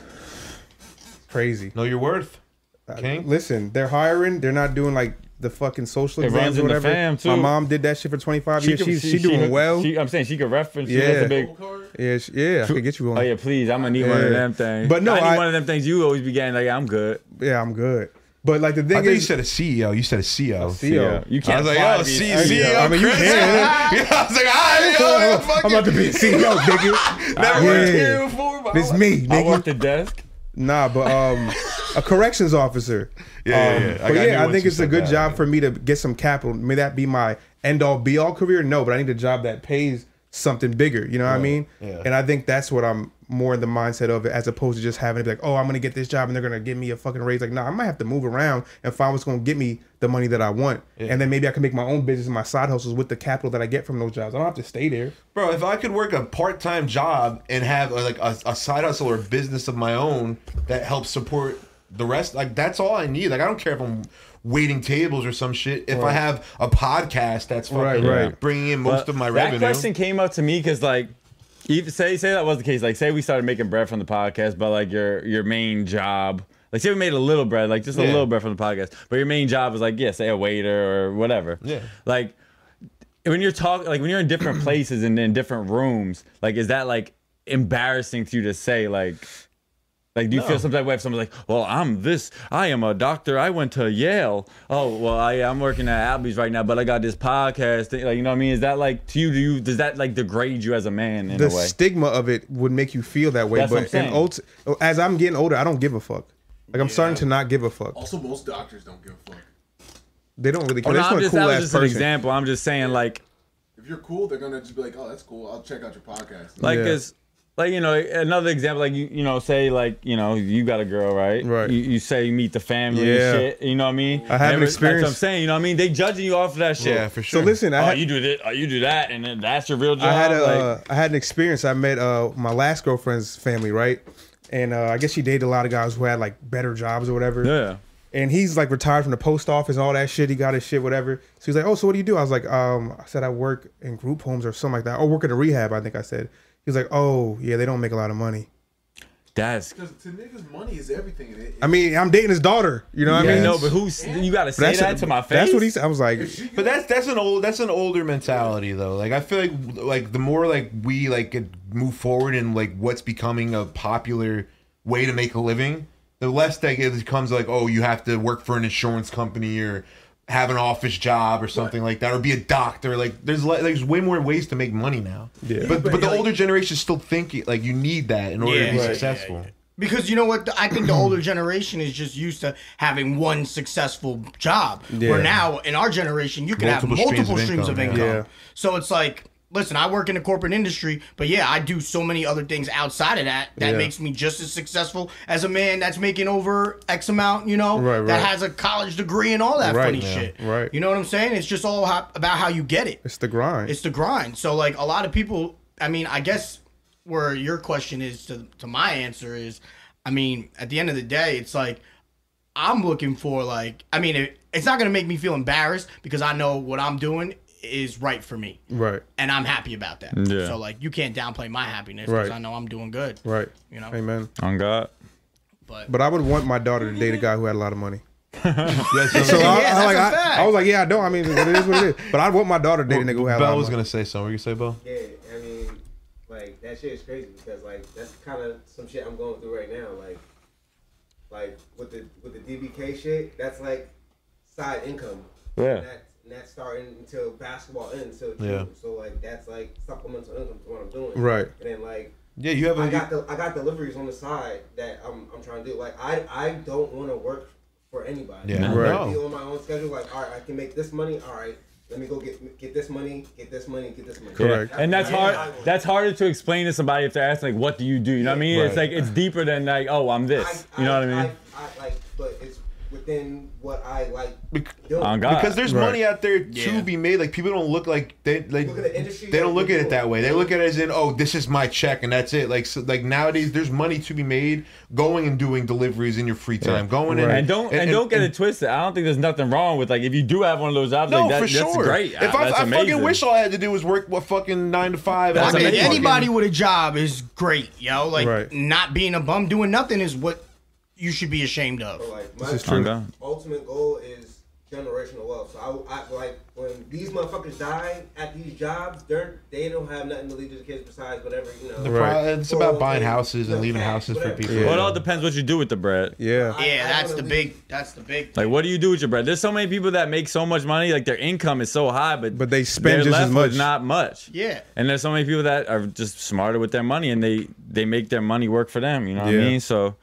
Crazy. Know your worth. Uh, I- King. listen, they're hiring. They're not doing like the fucking social It exams runs or in the whatever. fam, too. My mom did that shit for 25 years. could- She's she, doing could- well. she- I'm saying she could reference. Yeah. Yeah. a big. yeah, she, yeah, I could get you on. Oh yeah, please. I'm gonna need one of Yeah. them things. But no, I need I- one of them things. You always be getting like, I'm good. Yeah, I'm good. But like the I thing think you is, said a CEO. You said a E CEO. CEO. Yeah, you can't. I was like, apply yo, to be a C- CEO. CEO. I mean, you Chris. can. yeah, I was like, I, yo, fuck I'm about to be a CEO, nigga. Never worked Yeah. here before. but I It's me, I nigga. worked the desk. Nah, but um, a corrections officer. Yeah, yeah, yeah. Um, I- I but knew yeah, I once think you it's a said good that, job yeah. for me to get some capital. May that be my end all be all career? No, but I need a job that pays something bigger. You know what I mean? yeah. And I think that's what I'm more in the mindset of, as opposed to just having to be like, oh, I'm gonna get this job and they're gonna give me a fucking raise. Like, nah, I might have to move around and find what's gonna get me the money that I want, and then maybe I can make my own business and my side hustles with the capital that I get from those jobs. I don't have to stay there. Bro, if I could work a part-time job and have uh, like a, a side hustle or business of my own that helps support the rest, like that's all I need. Like I don't care if I'm waiting tables or some shit. If I have a podcast that's fucking Right, right. bringing in most But of my that revenue. question came up to me because like. Even, say say that was the case. Like say we started making bread from the podcast, but like your your main job, like say we made a little bread, like just a Yeah. little bread from the podcast, but your main job was like yeah, say a waiter or whatever. Yeah. Like when you're talking, like when you're in different places and in different rooms, like is that like embarrassing to you to say like? Like, do you feel some type of way if someone's like, "Well, I'm this. I am a doctor. I went to Yale. Oh, well, I, I'm working at Applebee's right now, but I got this podcast. Thing. Like, you know what I mean? Is that like to you? Do you does that like degrade you as a man in the a way? stigma of it would make you feel that way. That's what but I'm in saying. old, as I'm getting older, I don't give a fuck. Like I'm starting to not give a fuck. Also, most doctors don't give a fuck. They don't really care. Well, they Oh, no, I'm just want a just, cool that was ass just an person. example. I'm just saying, like, If you're cool, they're gonna just be like, "Oh, that's cool. I'll check out your podcast." like Yeah. is like you know another example like you you know say like you know you got a girl right Right. you, you say you meet the family Yeah. and shit you know what I mean I have an Never- that's experience. what I'm saying you know what I mean they judging you off of that shit yeah, for So sure. listen, I oh had, you do this oh, you do that and then that's your real job I had a, like, uh, I had an experience. I met uh, my last girlfriend's family, right? And uh, I guess she dated a lot of guys who had like better jobs or whatever. yeah And he's like retired from the post office and all that shit. He got his shit, whatever. So he's like, "Oh, so what do you do?" I was like, "Um, I said I work in group homes or something like that. Or work at a rehab, I think I said." He was like, "Oh, yeah, they don't make a lot of money." that's Because to niggas, money is everything. And it, I mean, I'm dating his daughter. You know what yeah, I mean? no but who's you gotta say That's that a- to my face That's what he said. I was like, But that's that's an old that's an older mentality though. Like I feel like like the more like we like could move forward in like what's becoming a popular way to make a living, the less that it becomes like oh you have to work for an insurance company or have an office job or something like that or be a doctor. Like there's le- there's way more ways to make money now. Yeah. But but but the like- older generation still think it- like you need that in order to be Yeah. Right. successful. Because you know what? I think the older generation is just used to having one successful job. Where now, in our generation, you can Multiple have streams of multiple streams of income, income. yeah. Yeah. So it's like, listen, I work in the corporate industry, but yeah, I do so many other things outside of that that Yeah. makes me just as successful as a man that's making over X amount, you know, Right, that right. has a college degree and all that Right, funny yeah, shit. right. You know what I'm saying? It's just all ho- about how you get it. it's the grind. It's the grind. So like a lot of people, I mean, I guess where your question is to to my answer is, I mean, at the end of the day, it's like I'm looking for like, I mean, it, it's not gonna make me feel embarrassed because I know what I'm doing is right for me. right, And I'm happy about that. Yeah. So like, you can't downplay my happiness because Right. I know I'm doing good. right. You know. Amen. on God But, But I would want my daughter to date a guy who had a lot of money. Yeah, so- So I, Yeah, I, that's like, a I, fact. I was like, yeah, I know. I mean, it is what it is. But I'd want my daughter to date a nigga who had a lot Bell of was money. gonna say something. Were you gonna say Bell? Yeah, I mean, like that shit is crazy because like that's kind of some shit I'm going through right now. Like, like with the with the DBK shit, that's like side income. Yeah. Not, not starting until basketball ends until June. Yeah. So like that's like supplemental income to what I'm doing. Right. And then like Yeah, you have a I got the I got deliveries on the side that I'm, I'm trying to do. Like I I don't want to work for anybody. Yeah. I Right. wanna Be on my own schedule. Like all right, I can make this money. All right, let me go get get this money, get this money, get this money. Correct. and that's what I hard want. that's harder to explain to somebody if they're asking like what do you do you know what I mean it's Right. like it's deeper than like oh I'm this you know what I mean I, I, like, but it's with within what I like Bec- doing. On God. because there's Right. money out there Yeah. to be made. Like people don't look like they like Look at the industry they don't that look at it that people- way. They look at it as in, oh, this is my check and that's it. Like so, like nowadays, there's money to be made going and doing deliveries in your free time, going and, And don't and, don't get and- it twisted. I don't think there's nothing wrong with like if you do have one of those jobs. No, like, that, for that's sure. great. Ah, If I, that's I fucking amazing. wish all I had to do was work what fucking nine to five. That's I I mean, amazing. anybody with a job is great, yo. Like Right. not being a bum doing nothing is what you should be ashamed of. But, like my is On true. God. ultimate goal is generational wealth. So I, I like when these motherfuckers die at these jobs, they're they don't have nothing to leave to the kids besides whatever you know. Pro- It's about buying 401k, houses and no leaving cash, houses for whatever. people. Well, it all depends what you do with the bread. Yeah. I- yeah, I that's the wanna big. That's the big. Like, what do you do with your bread? There's so many people that make so much money, like their income is so high, but But they spend they're just left with as much. Not much. Yeah. And there's so many people that are just smarter with their money, and they they make their money work for them. You know what Yeah. I mean? So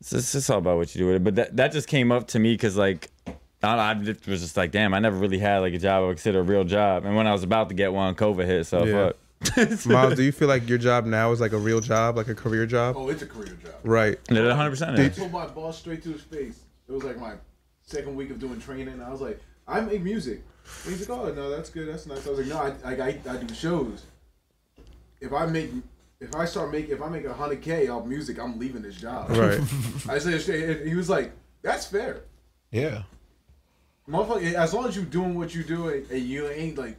it's just, it's all about what you do with it. But that that just came up to me because like. I, don't know, I just was just like, damn, I never really had like a job I would consider a real job. And when I was about to get one, COVID hit, so Yeah. fuck. Miles, do you feel like your job now is like a real job, like a career job? Oh, it's a career job. Right. Did it 100%. I told my boss straight to his face. It was like my second week of doing training. and I was like, I make music. And he's like, Oh no, that's good. That's nice. I was like, No, I I, I, I do shows. If I make if I start make if I make hundred k off music, I'm leaving this job. Right. I said straight. and He was like, That's fair, Yeah. motherfucker. As long as you doing what you do and and you ain't like,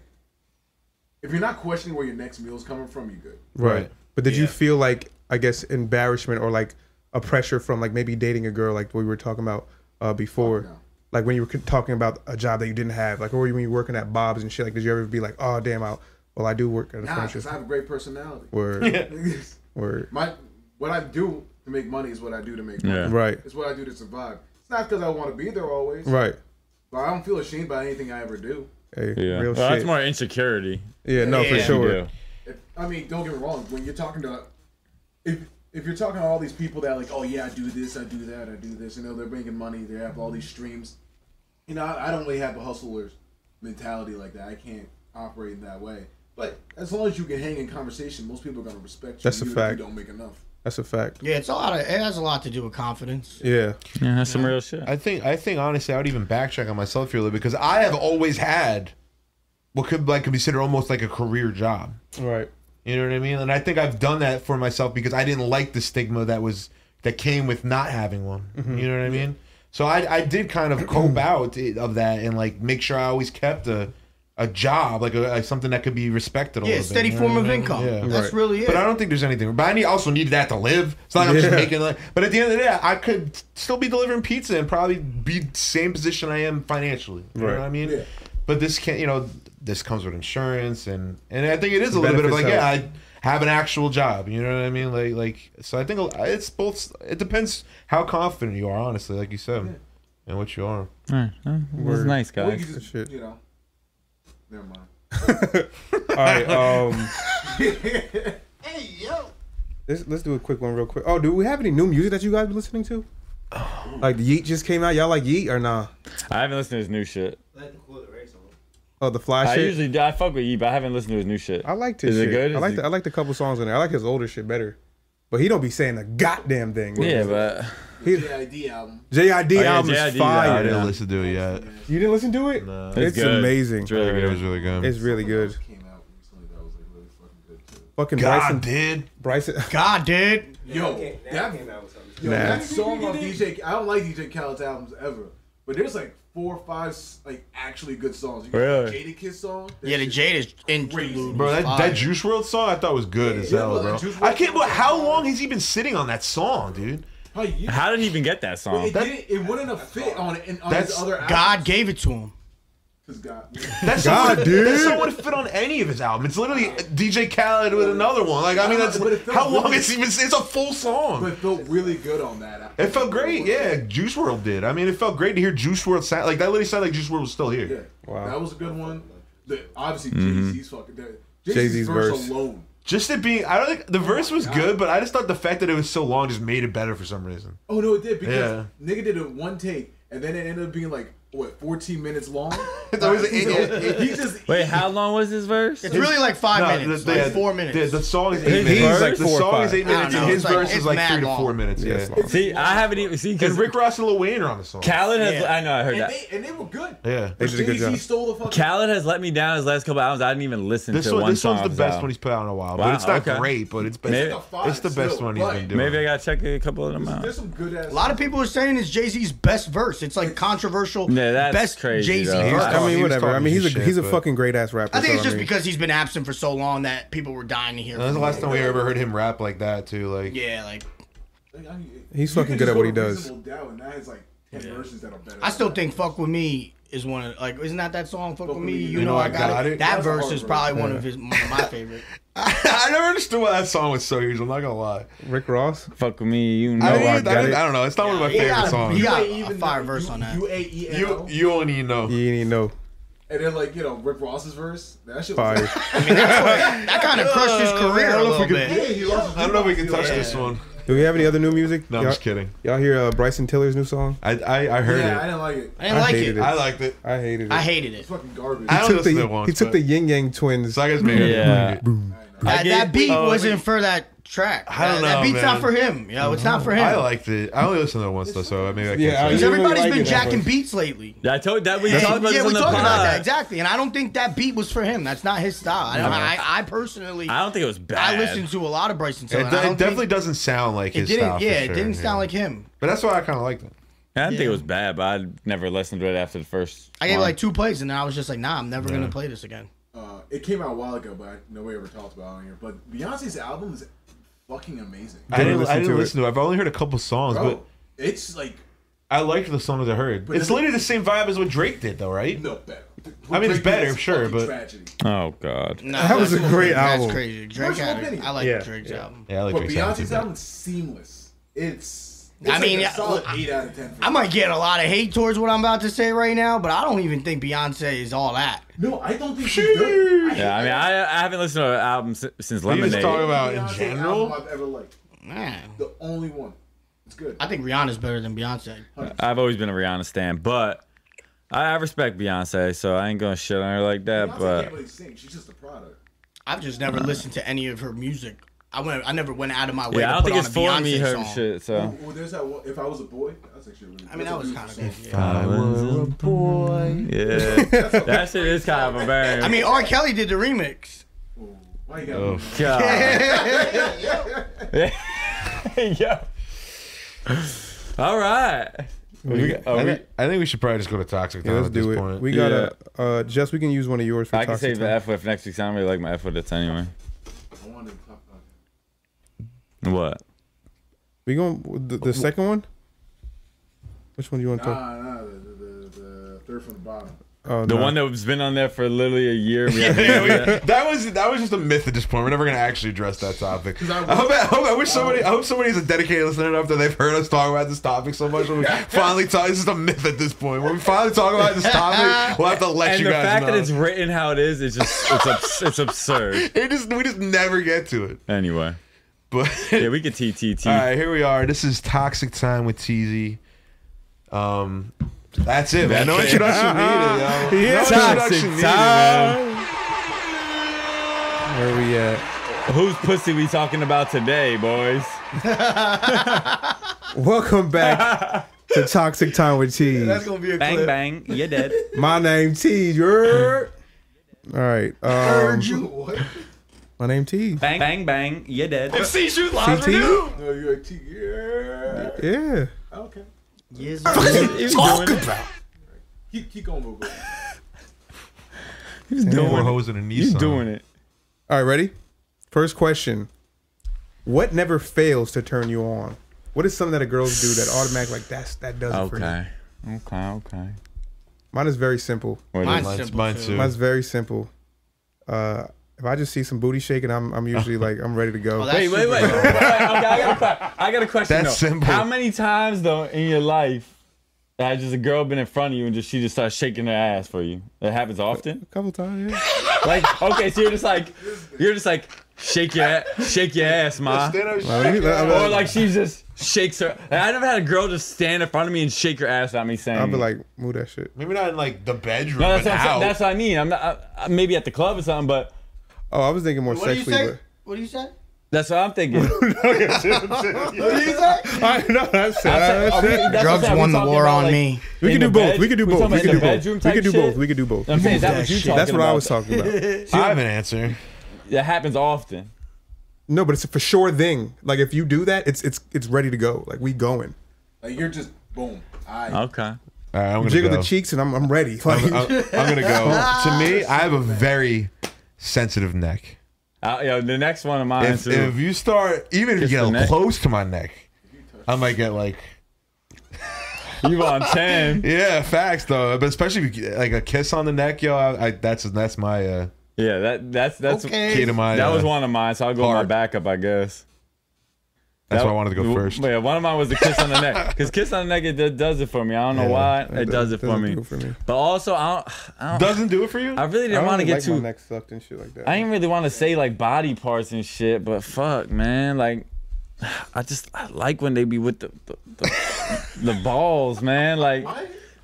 if you're not questioning where your next meal's coming from, you good. Right. But did you feel like I guess embarrassment or like a pressure from like maybe dating a girl like we were talking about uh, before? no. Like when you were c- talking about a job that you didn't have, like or when you were working at Bob's and shit, like did you ever be like, oh damn, I, well I do work at a Nah, furniture because I have a great personality. word, word, My what I do to make money is what I do to make money. Yeah. right, It's what I do to survive. It's not because I want to be there always, right, but I don't feel ashamed about anything I ever do. hey, Yeah. Well, real that's shit, more insecurity. yeah, no, for Yeah. sure, Yeah. If, I mean, don't get me wrong. When you're talking to, if if you're talking to all these people that are like, oh yeah, I do this, I do that, I do this, you know, they're making money, they have all these streams. You know, I, I don't really have a hustler's mentality like that. I can't operate in that way. But as long as you can hang in conversation, most people are gonna respect you. That's a even if fact. You don't make enough. that's a fact, Yeah, it's a lot. Of, it has a lot to do with confidence. yeah, Yeah, that's some real shit. I think I think honestly I would even backtrack on myself here a little bit because I have always had what could like could be considered almost like a career job. right, You know what I mean? And I think I've done that for myself because I didn't like the stigma that was that came with not having one. Mm-hmm. You know what I mean? So I I did kind of cope out i- of that and like make sure I always kept a a job like a, like something that could be respected. A Yeah, little bit, steady you know form what I of mean? income. Yeah. That's Right. really it. But I don't think there's anything. But I need, also need that to live. It's not like I'm just Yeah. making. Like, but at the end of the day, I could still be delivering pizza and probably be same position I am financially. You Right. know what I mean? Yeah. But this can't. You know, this comes with insurance and and I think it is a little bit of like Benefits yeah, I have an actual job. You know what I mean? Like like so I think it's both. It depends how confident you are, honestly. Like you said, and what you are. Alright, uh, it was Word. nice, Or you guys. could just, Shit. you know, never mind. all right, um, hey yo. Let's, let's do a quick one real quick. Oh, do we have any new music that you guys been listening to? Like Yeet just came out. Y'all like Yeet or nah? I haven't listened to his new shit. Like the cool race on. Oh, the fly I shit. usually do. I fuck with you, but I haven't listened to his new shit. I liked his Is shit. it good? I Is like it- the, I like the couple songs in there. I like his older shit better. But he don't be saying a goddamn thing. Yeah, but The JID album. JID Oh, yeah, album is JID 's fire. out, yeah. listen to it yet. You didn't listen to it? No. It's, good. amazing. It's really It good. was really good. It's really good. Came out recently. That was like really fucking good too. Fucking God, Bryson. did. Bryson. God, dude. Yo, Now came- now that- came out with something. Yo, Nah. that song on DJ, I don't like DJ Khaled's albums ever, but there's like four or five like actually good songs. You got Really? the Jadakiss song. that Yeah, the shit- Jade is in Bro, that, fire. that Juice World song I thought was good as Yeah, hell, but bro. Juice WRLD I can't. But song- how long has he been sitting on that song, dude? Oh, yeah. How did he even get that song? it, didn't, it wouldn't have fit on in, on his That's other albums. God gave it to him. 'Cause God. That God, song, would, dude. that song would fit on any of his albums. It's literally DJ Khaled with another one. Like I mean, that's But it felt how long really- has he been? It's a full But song. it felt really good on that. album. It felt great, yeah. Juice World did. I mean, it felt great to hear Juice World sound like that. Literally sounded like Juice World was still here. Yeah. Wow. That was a good one. The, obviously, Jay Z's fucking. Jay Jay-Z's Z's verse, verse. alone. Just it being, I don't think Oh the verse was good, but I just thought the fact that it was so long just made it better for some reason. Oh, no, it did because Yeah. nigga did it one take and then it ended up being like what 14 minutes long. It's always an eight- eight- eight- he just Wait, how long was this verse? It's really like five No, minutes, the- like the- four minutes. The, the song is His eight minutes. verse? Like, the Four or song five. is eight I don't minutes, and know, his it's like- verse it's is like mad three to long. four minutes. Yeah, Yeah. it's long. See, I haven't even see And because Rick Ross and Lil Wayne are on the song. Khaled has. Yeah. I know, I heard and that. they, and they were good. Yeah. They did a good Jay-Z job. stole the fucking. Khaled has let me down his last couple albums. I didn't even listen This to one, one this one's song. the best so. one he's put out in a while. Wow, But it's not okay. great, but it's Maybe- best. It's the It's the five best still, one he's but- been doing. Maybe I gotta check a couple of them uh, out. There's some good ass. a lot of people are saying it's Jay Z's best verse. It's like controversial. Yeah, that's best crazy, Jay Z though. verse. He I was mean, whatever. I talking mean, he's a some shit, he's a but- fucking great ass rapper. I think so, it's just mean, because he's been absent for so long that people were dying to hear. That's From the him. last time we ever heard him rap like that too. Like Yeah, like He's fucking good at what he does. Doubt, and that is like 10 verses that are better. I than still that. think "Fuck with Me" is one of like isn't that that song "Fuck, with Me"? You, know, know I got, it. That That's a verse hard is verse. probably one of his one of my favorite. I never understood why that song was so huge. I'm not gonna lie. Rick Ross. Fuck with me, you know. I, I, didn't, even- I I, got didn't- it. I don't know. It's not one of my he favorite got a- songs. he got- UAE a even fire though- verse on that. UAE, you you don't even know. You didn't even know. E and then like you know Rick Ross's verse. That shit was. Fire. Like, That kind of crushed his career a little bit. hey, he lost his I don't know if we can beatbox. touch Yeah. this one. Do we have any other new music? No, I'm y'all, just kidding. y'all hear uh, Bryson Tiller's new song? I I, I heard Yeah, I it. didn't like it. I didn't I like hated it. it. I liked it. I hated it. I hated it. It's fucking garbage. I don't took listen to the, it once. he took the Yin Yang Twins. So I guess maybe. I didn't Yeah. like it. That, get- that beat oh, wasn't for that track. I don't that, that know, beat's not man. for him. Yeah, it's not for him. I liked it. I only listened to it once though, so maybe I can't. Yeah, Yeah, I- Because You really everybody's like been it that jacking much. beats lately. told that we And- talked about yeah, this we on the talked pod. about that exactly, and I don't think that beat was for him. That's not his style. I, don't, I, I personally, I I, don't think it was bad. listened to a lot of Bryson Tiller. it, and I de- don't it definitely think, doesn't sound like it his didn't. style. for yeah, it sure, didn't yeah. sound like him. But that's why I kind of liked it. I didn't think Yeah. it was bad, but I never listened to it after the first. I gave it one. like two plays, and then I was just like, Nah, I'm never gonna play this again. Uh, it came out a while ago, but I, nobody ever talked about it on here. But Beyonce's album is fucking amazing. I didn't. listen I didn't to it. listen to it. I've only heard a couple songs, but Bro, it's like I liked the songs I heard. But it's then- literally the same vibe as what Drake did, though, right? no better. I mean, it's Drake better, is sure, fucking but- tragedy. Oh god. No, That was a great album. That's crazy. Drake Personal had it. opinion. I like Yeah. Drake's album. Yeah, I like But Drake's sound too, Beyonce's but- album's seamless. It's. it's I like mean, a yeah, solid I- eight out of ten. For I me. might get a lot of hate towards what I'm about to say right now, but I don't even think Beyonce is all that. No, I don't think she's good. Yeah, I mean, I, I haven't listened to an album since, since Are you Lemonade. just talking about in Beyonce general? album I've ever liked. Nah. The only one. It's good. I think Rihanna's better than Beyonce. I've always been a Rihanna stan, but I, I respect Beyonce, so I ain't gonna shit on her like that. Beyonce but can't really sing. She's just a product. I've just never listened to any of her music. I went. I never went out of my way. yeah, I to put don't think it's on for a Beyonce me her song. shit. Well, So there's that. One, if I was a boy, that's actually really. I mean, that was kind of good. Yeah. I was a boy. Yeah, that shit is kind of a burn. I mean, R. Kelly did the remix. Why you got? God. Yo. All right. We- We- oh, I, we- thi- I think we should probably just go to Toxic Yeah, Town let's at this do it. point. We got to uh, Jess. We can use one of yours for I can Toxic save the Town. F with next week. 'cause I don't really like my F with it anyway. I wanted to talk about What? We going with the, the second one? Which one do you want that. to talk? Nah, nah, the, the, the, the third from the bottom. Oh, The no. one that's been on there for literally a year. We haven't Yeah, done that. we- that was that was just a myth at this point. We're never gonna actually address that topic. I I- hope, I hope- I wish somebody I hope somebody is a dedicated listener enough that they've heard us talk about this topic so much. When we finally talk, this is a myth at this point. When we finally talk about this topic, we'll have to let and you the guys fact know. that it's written how it is, it's just it's abs- it's absurd. it just we just never get to it. Anyway, But yeah, we could TTT. all right, here we are. This is Toxic Time with TZ. Um, that's it, man. No introduction needed. Yo. Yeah. No Toxic introduction needed, man. time. Where we at? Whose pussy we talking about today, boys? Welcome back to Toxic Time with That's Cheese. gonna be a Bang clip. bang, you're dead. My name T. You're all right. Um, you what? my name T. bang bang bang, you're dead. CT. No, you're like T. Yeah. Yeah. Okay. Yes, Talk about Keep keep going, boo. boo. He's Four doing it. hoes in a Nissan. He's doing it. All right. Ready? First question. What never fails to turn you on? What is something that a girls do that automatic like that's that does it for me? Okay. Okay. Okay. Mine is very simple. What is Mine's it? simple mine too. too. Mine's very simple. Uh, if I just see some booty shaking, I'm I'm usually like I'm ready to go. that's- wait, wait, wait. wait, wait, okay, I got a question. I got a question. That's though. simple. How many times though in your life has just a girl been in front of you and just she just starts shaking her ass for you? That happens often. couple times. Yeah. Like, okay, so you're just like, you're just like, shake your a- shake your ass, ma. Stand up Let me- straight. let- Or I'll like she just shakes her. I never had a girl just stand in front of me and shake her ass at me saying. I'll be like, move that shit. Maybe not in like the bedroom, no, that's but what, I'm saying. out. that's what I mean. I'm not I, I- maybe at the club or something, but Oh, I was thinking more What do you sexually. say? What do you say? that's what I'm thinking. What do you say? but- I know that's it. I said- That's are we- it. that's what I'm Drugs saying. won We the talking war about, on like, me. We in the can do both. bed- We can do we both. talking We about can in do the bedroom both. We type can do shit? both. We can do both. I'm saying That that was you shit. talking That's what about. I was talking about. I have an answer. That happens often. No, but it's a for sure thing. Like if you do that, it's it's it's ready to go. Like we going. Like you're just boom. I Okay. All right, I'm gonna Jiggle go. the cheeks and I'm I'm ready. Like, I'm, I'm- I'm gonna go. to me, I have a very sensitive neck. Uh, yo, the next one of mine If, too. if you start, even if you Kiss get the a neck. little close to my neck, I might get like, you on ten? yeah, facts though. But especially if you, get, like a kiss on the neck, yo, I, I that's that's my uh, Yeah, that that's that's key to my. that was uh, one of mine. So I'll go with my Hard. backup, I guess. That's That- why I wanted to go w- first. Yeah, one of mine was the kiss on the neck. Because kiss on the neck, it d- does it for me. I don't know Yeah, why it it does it for doesn't me. do it for me. But also, I don't. I, don't, Doesn't do it for you. I really didn't want to get too. neck sucked and shit like that. I didn't really want to say like body parts and shit, but fuck, man, like. I just I like when they be with the the, the, the balls, man. Like,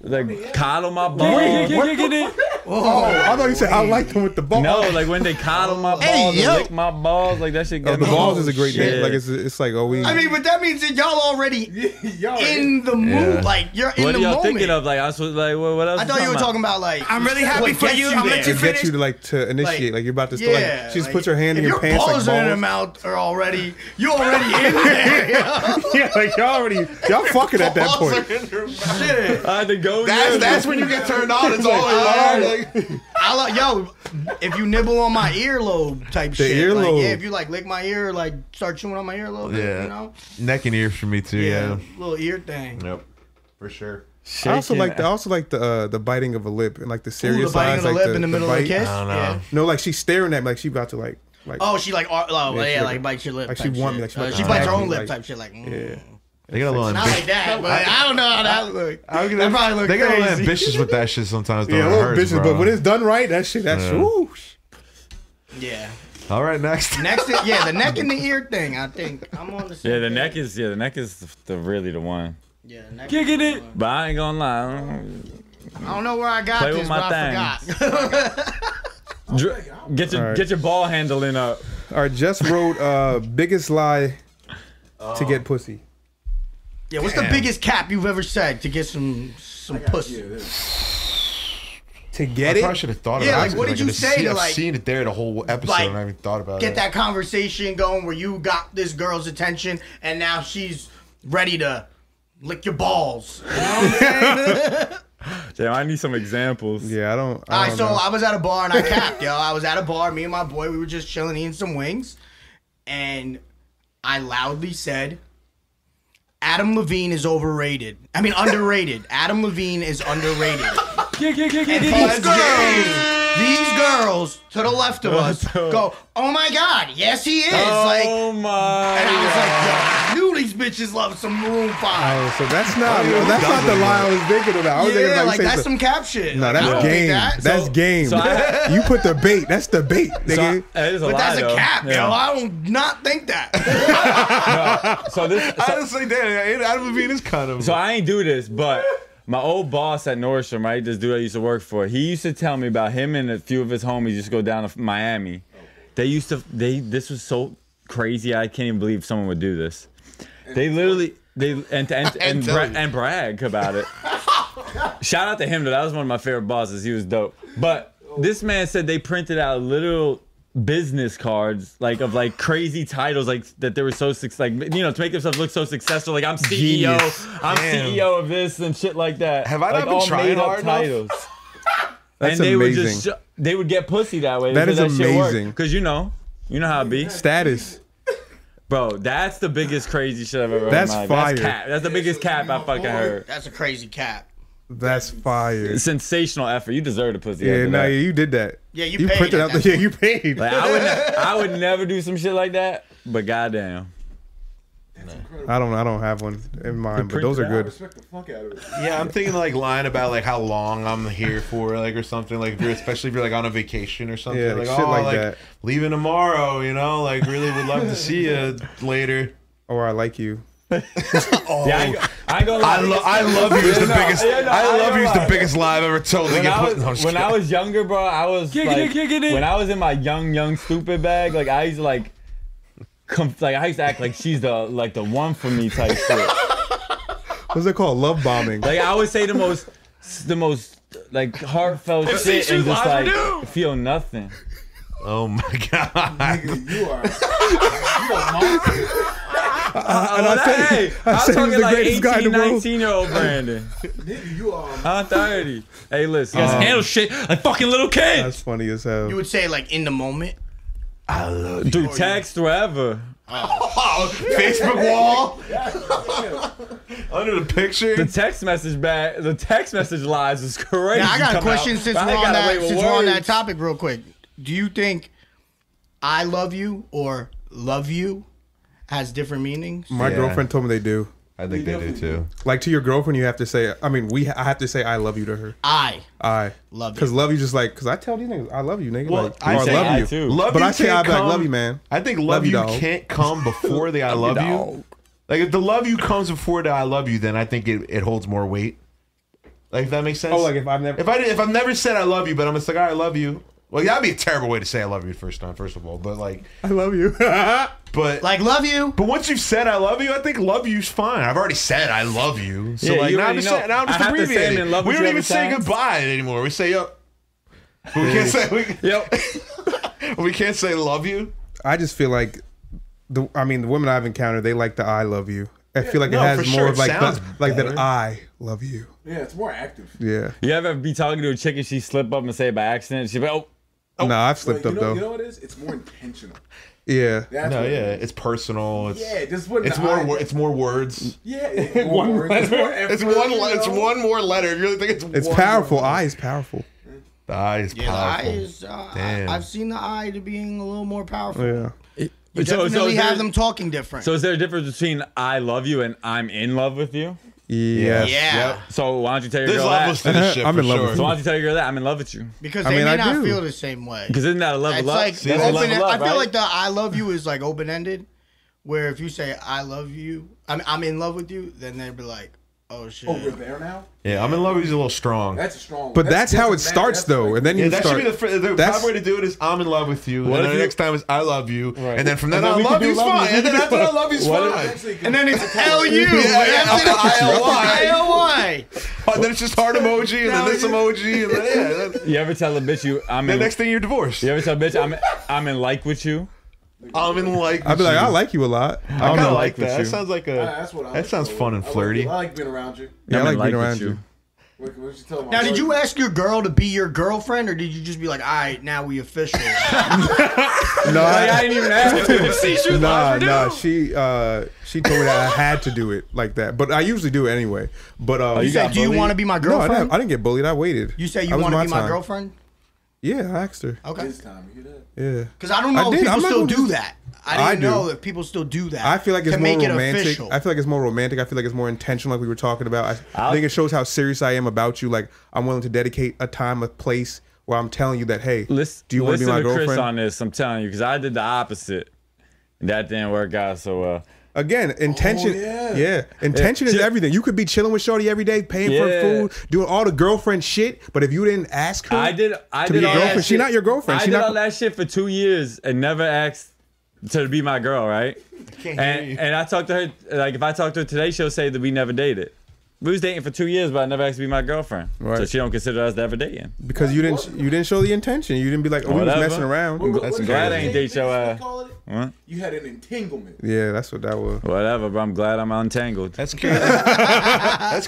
like coddle my balls. Oh, I thought you said I liked him with the ball. No, like when they coddle my balls and yo. lick my balls, like that shit. Oh, got the me. balls is a great Shit. name. Like it's it's like oh we. I mean, but that means that y'all already Yo, in the mood. Yeah. Like you're in what the are y'all moment. thinking of? Like I was supposed- like, what, what else? I thought you were about? talking about like I'm really happy what for gets you. I'm let there. you to get you to like to initiate, like, you're about to. Start, like, she just like, puts her hand in if your, pants, balls like are in her balls. mouth are already you already in there. yeah, like y'all already y'all fucking at that Balls point. are in your mouth. Shit. I had to go. That's there. that's when you get turned on. It's all around. Like, I like yo. If you nibble on my earlobe type The shit, like, earlobe. yeah. If you like lick my ear, like start chewing on my ear a little bit, Yeah. you know, neck and ear for me too. Yeah. little ear thing. Yep, for sure. Shaking. I also like the, I also like the uh, the biting of a lip and like the Ooh, serious the biting eyes, of the like lip in the middle of the bite. kiss. I don't know. Yeah. No, like she's staring at me, like she about to like like. Oh, she like oh, oh Yeah, yeah, she like- like bites your lip. like, she type want me, shit. like, she Uh, like she bites her grab own me, lip like- type shit. Like mm. They got a little not like ambitious. that, but I don't know how that look. I That probably look they got a little crazy. ambitious with that shit sometimes. Though. yeah, It little hurts, bitches, bro. but when it's done right, that shit, that's Yeah. whoosh. Yeah. all right, next. Next, is- yeah, the neck and the ear thing. I think I'm on the. same Yeah, the thing. neck is yeah, the neck is the, the really the one. Yeah, the neck. Kicking it, but I ain't gonna lie. I don't I don't know where I got Play this, with but my I things. forgot. know. Dr- get your Alright. get your ball handling up. All right, Jess wrote uh, biggest lie to Oh. get pussy. yeah, what's the biggest cap you've ever said to get some some pussy? Yeah, this- To I get probably it, should have thought about Yeah, it. like, what because did I you could've say seen- to, I've like- seen it there the whole episode, like, and I haven't thought about Get it. that conversation going where you got this girl's attention, and now she's ready to lick your balls. You know what I'm saying? Damn, I need some examples. yeah, I don't. All I right, don't so know. I was at a bar and I capped, yo. I was at a bar, me and my boy, we were just chilling, eating some wings, and I loudly said, "Adam Levine is overrated. I mean, underrated. Adam Levine is underrated." and these girls, these girls to the left of us go, "Oh my God, yes he is!" like, Oh my! and I was like, "Yo, I knew these bitches love some Maroon Five. Oh, so that's not that's not the lie I was thinking about. I was thinking yeah, about like you say that's so- some cap shit. No, Like, I that's don't think game. that- That's game. so I- you put the bait. That's the bait, So I- nigga. that is a But lie, that's though. a cap, Yeah. yo. I don't not think that. So this, so, Honestly, damn, Adam Levine is kind of. so I ain't do this, but my old boss at Nordstrom, right, this dude I used to work for, he used to tell me about him and a few of his homies used to go down to Miami. They used to, they this was so crazy. I can't even believe someone would do this. They literally, they and and and, and, bra- and brag about it. Shout out to him though. That was one of my favorite bosses. He was dope. But this man said they printed out literal business cards like of like crazy titles like that they were so suc- like you know to make themselves look so successful like I'm E CEO Genius. I'm Damn. CEO of this and shit like that Have I not like, been all trying made up hard enough? titles That's and they would amazing. just they would get pussy that way That is amazing. because you know you know how it be Status. bro that's the biggest crazy shit I've ever heard in That's my life. fire. that's cap that's the biggest cap I fucking heard That's a crazy cap. That's fire. sensational effort you deserve a pussy Yeah, after no, that. yeah, you did that. Yeah, you you paid printed at out the that yeah, you paid. Like I would, I would never do some shit like that. But goddamn, That's incredible. I don't I don't have one in mind, but those are I good. respect the fuck out of it. Yeah, I'm thinking like lying about like how long I'm here for, like or something. Like if you're, especially if you're like on a vacation or something. Yeah, like, shit oh, like like, that. leaving tomorrow. You know, like really would love to see you later. Or I like you. Oh, Yeah, I, ain't go- I ain't gonna lie. I, lo- I love you is the Yeah, no, biggest. yeah, no, I I ain't love gonna you is the lie. biggest lie I've ever told. to when get I put- was No, I'm just when I kidding. was younger, bro, I was Kick it, like, kick it. when I was in my young young stupid bag, like I used to like, com- like I used to act like she's the like the one for me type shit. What's it called? Love bombing. Like I would say the most the most like heartfelt shit shoes and just live like or do. feel nothing. Oh my god. Nigga, you are. You a monster. and I said- hey, I I'm said he was talking the like greatest 18, guy in the world. 19 year old Brandon. Nigga, you are. a- I'm 30. Hey, listen. Um, Just handle shit like fucking little kids. That's funny as hell. You would say like in the moment. Dude, text wherever. Facebook wall under the The picture. text message back. The text message lies is crazy. Now I got a coming out. question since I we're ain't on gotta that wait with since we're on that words. topic real quick. Do you think I love you or love you has different meanings? My Yeah. girlfriend told me they do. I think they do too. Like to your girlfriend, you have to say. I mean, we. I have to say I love you to her. I I Love you. Cause love you just like. Cause I tell these niggas I love you, nigga. Well, like, I or I say love I you. too. Love But you I say can't I'd be like, come- "Love you, man." I think love, Love you, you dog. can't come before the I love you. Like if the love you comes before the I love you, then I think it, it holds more weight. Like if that makes sense. Oh, like if I've never. if I did- if I've never said I love you, but I'm just like "All right, I love you. Well, that'd be a terrible way to say I love you the first time, first of all. But like, I love you. but like love you. but once you've said I love you, I think love you's fine. I've already said I love you, so Yeah, like you now I'm already just know. saying, now I'm I just have to say I'm abbreviating. in love we with don't you even every say time. goodbye anymore. We say yo. But we can't say we, Yep. we can't say love you. I just feel like the. I mean, the women I've encountered, they like the I love you. I feel like no, it has for more sure, of it like the, sounds like that better. I love you. Yeah, it's more active. Yeah. You ever be talking to a chick and she slip up and say it by accident? She be oh, No, nah, I've Like, slipped you, up know, though. you know what it is? It's more intentional. yeah. That's No, what it yeah, is. it's personal. It's, Yeah, just put it's an more. eye- wo- It's more words. Yeah, it's more words, it's more effort, It's one. you le- It's know? one more letter. If you really think it's, It's one powerful. more letter. I is powerful. The eye is Yeah, the eye powerful. is. Uh, I, Damn. I've seen the eye to being a little more powerful. Yeah. You so, definitely so, is there, have them talking different. so is there a difference between I love you and I'm in love with you? Yes. yeah, Yep. So why don't you tell your There's girl levels that? to this shit. I'm for in love sure. with So why don't you tell your girl that I'm in love with you? because I they mean, may I not do. feel the same way. Because isn't that a level It's of love? like That's a level open. of love, I feel right? like the "I love you" is like open ended, where if you say "I love you," I'm I'm in love with you, then they'd be like, "Oh shit." Oh, we're there now. Yeah, I'm in love with you. A little strong. That's a strong. But that's, how it starts though, and then you yeah, that start. should be the, fr- the That's- proper way to do it. Is I'm in love with you. What and if then the you- next time is I love you. And then from then And then on, we can love do you's love you. fine. And then after that, love you's What if- fine. And then it's L U. Yeah, yeah, I I-L-Y. L Y. Oh, then it's just heart emoji and then this emoji. And then, yeah, and then- You ever tell a bitch you I'm the in? next thing you're divorced. You ever tell a bitch I'm I'm in like with you? I'm in like. I'd be like, with I you. like you a lot. I I don't kind know. of like with that. you. That sounds like a. That's what I like that sounds though. fun and I like- flirty. I like being around you. Yeah, I I'm like in being with around you. What, what you tell my Now, did wife? you ask your girl to be your girlfriend, or did you just be like, "All right, now we official"? No, Like, I I, didn't even ask. you. See shoes nah, live or nah. do. She uh, she told me that I had to do it like that, but I usually do it anyway. But um, you Oh, You said, got "Do you bullied? want to be my no, I girlfriend?" didn't, I didn't get bullied. I waited. you said I you was want to be my time. girlfriend. Yeah, I asked her. Okay. This time, you hear that? Yeah, Because I don't I know did. if people I'm not still gonna do just- that. I I didn't do. know if people still do that. I feel like it's to more make It romantic. official. I feel like it's more romantic. I feel like it's more intentional, like we were talking about. I, I think it shows how serious I am about you. Like I'm willing to dedicate a time, a place where I'm telling you that, hey, Listen, do you want listen to be my to Chris girlfriend? on this? I'm telling you, because I did the opposite. That didn't work out so well. Again, intention. yeah. yeah. intention is Yeah. everything. You could be chilling with Shorty every day, paying Yeah. for food, doing all the girlfriend shit. But if you didn't ask her, I did. I To be did your all that girlfriend. She shit- not your girlfriend. I She did not- all that shit for two years and never asked to be my girl, right? can't and, and I talked to her like if I talked to her today, she'll say that we never dated. We was dating for two years, but I never asked to be my girlfriend. So Right. she don't consider us ever dating. because you didn't, you didn't show the intention. You didn't be like, oh, we was Whatever. messing around. What- That's what is glad that I ain't thing date your, they uh, call it? What? You had an entanglement. Yeah, that's what that was. Whatever, but I'm glad I'm untangled. That's crazy. That's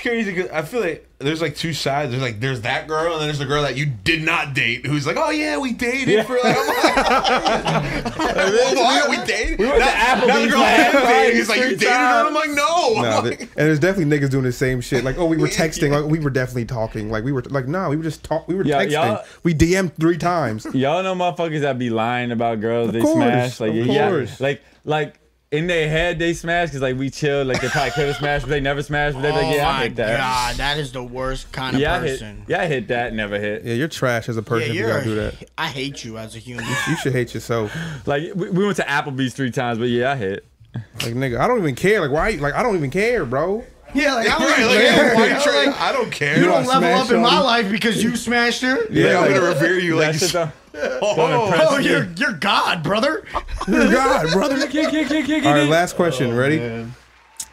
crazy because I feel like there's like two sides. There's like there's that girl and then there's the girl that you did not date who's like, oh yeah, we dated for like. "Oh, I'm like well, why we dated? We went to Applebee's the girl last I'm night dating. He's like, you three dated her? I'm like, no. I'm Nah, like, th- and there's definitely niggas doing the same shit. Like, oh, we were texting. Like, we were definitely talking. Like, we were like, nah, we were just talk. We were Yeah, texting. y'all- We DM'd three times. Y'all know motherfuckers that be lying about girls they course, smash. Like of yeah, course. like like. in their head they smash because like we chilled, like they probably could have smashed, but they never smashed. But they Oh be like, yeah, I my hit that. god, that is the worst kind of Yeah, I hit. person. Yeah, I hit that. Never hit. Yeah, you're trash as a person if you you're. gotta do that. I hate you as a human. You should hate yourself. Like we, we went to Applebee's three times, but yeah, I hit. Like nigga, I don't even care. Like why? Like I don't even care, bro. yeah, like I don't Like, care. why you I was trying- like, I don't care. you I don't level smash up in my on- life because you smashed her. yeah, I'm like- gonna revere you like That you shit s- though. oh, Oh, you're you're God, brother. Dear Oh, God, brother. All right, last question. Ready? Ah,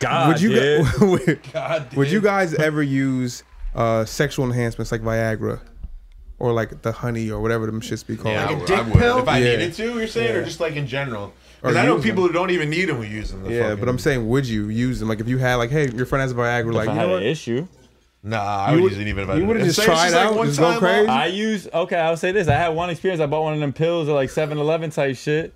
God, would you yeah. gu- would, God would you guys ever use uh, sexual enhancements like Viagra or like the honey or whatever them shits be called? Yeah, I a would- dick I would. pill? If I Yeah. needed to, you're saying, or just like in general? Or Because I know use people who don't even need them who use them. the Yeah, but fucking- I'm saying, would you use them? Like, if you had, like, hey, your friend has a Viagra, like, If I you had know an what? issue. nah, I would, would- use it even if I you didn't- would've if just say it's tried it out, one just go time crazy? off, I use okay. I'll say this. I had one experience. I bought one of them pills at like 7-Eleven type shit.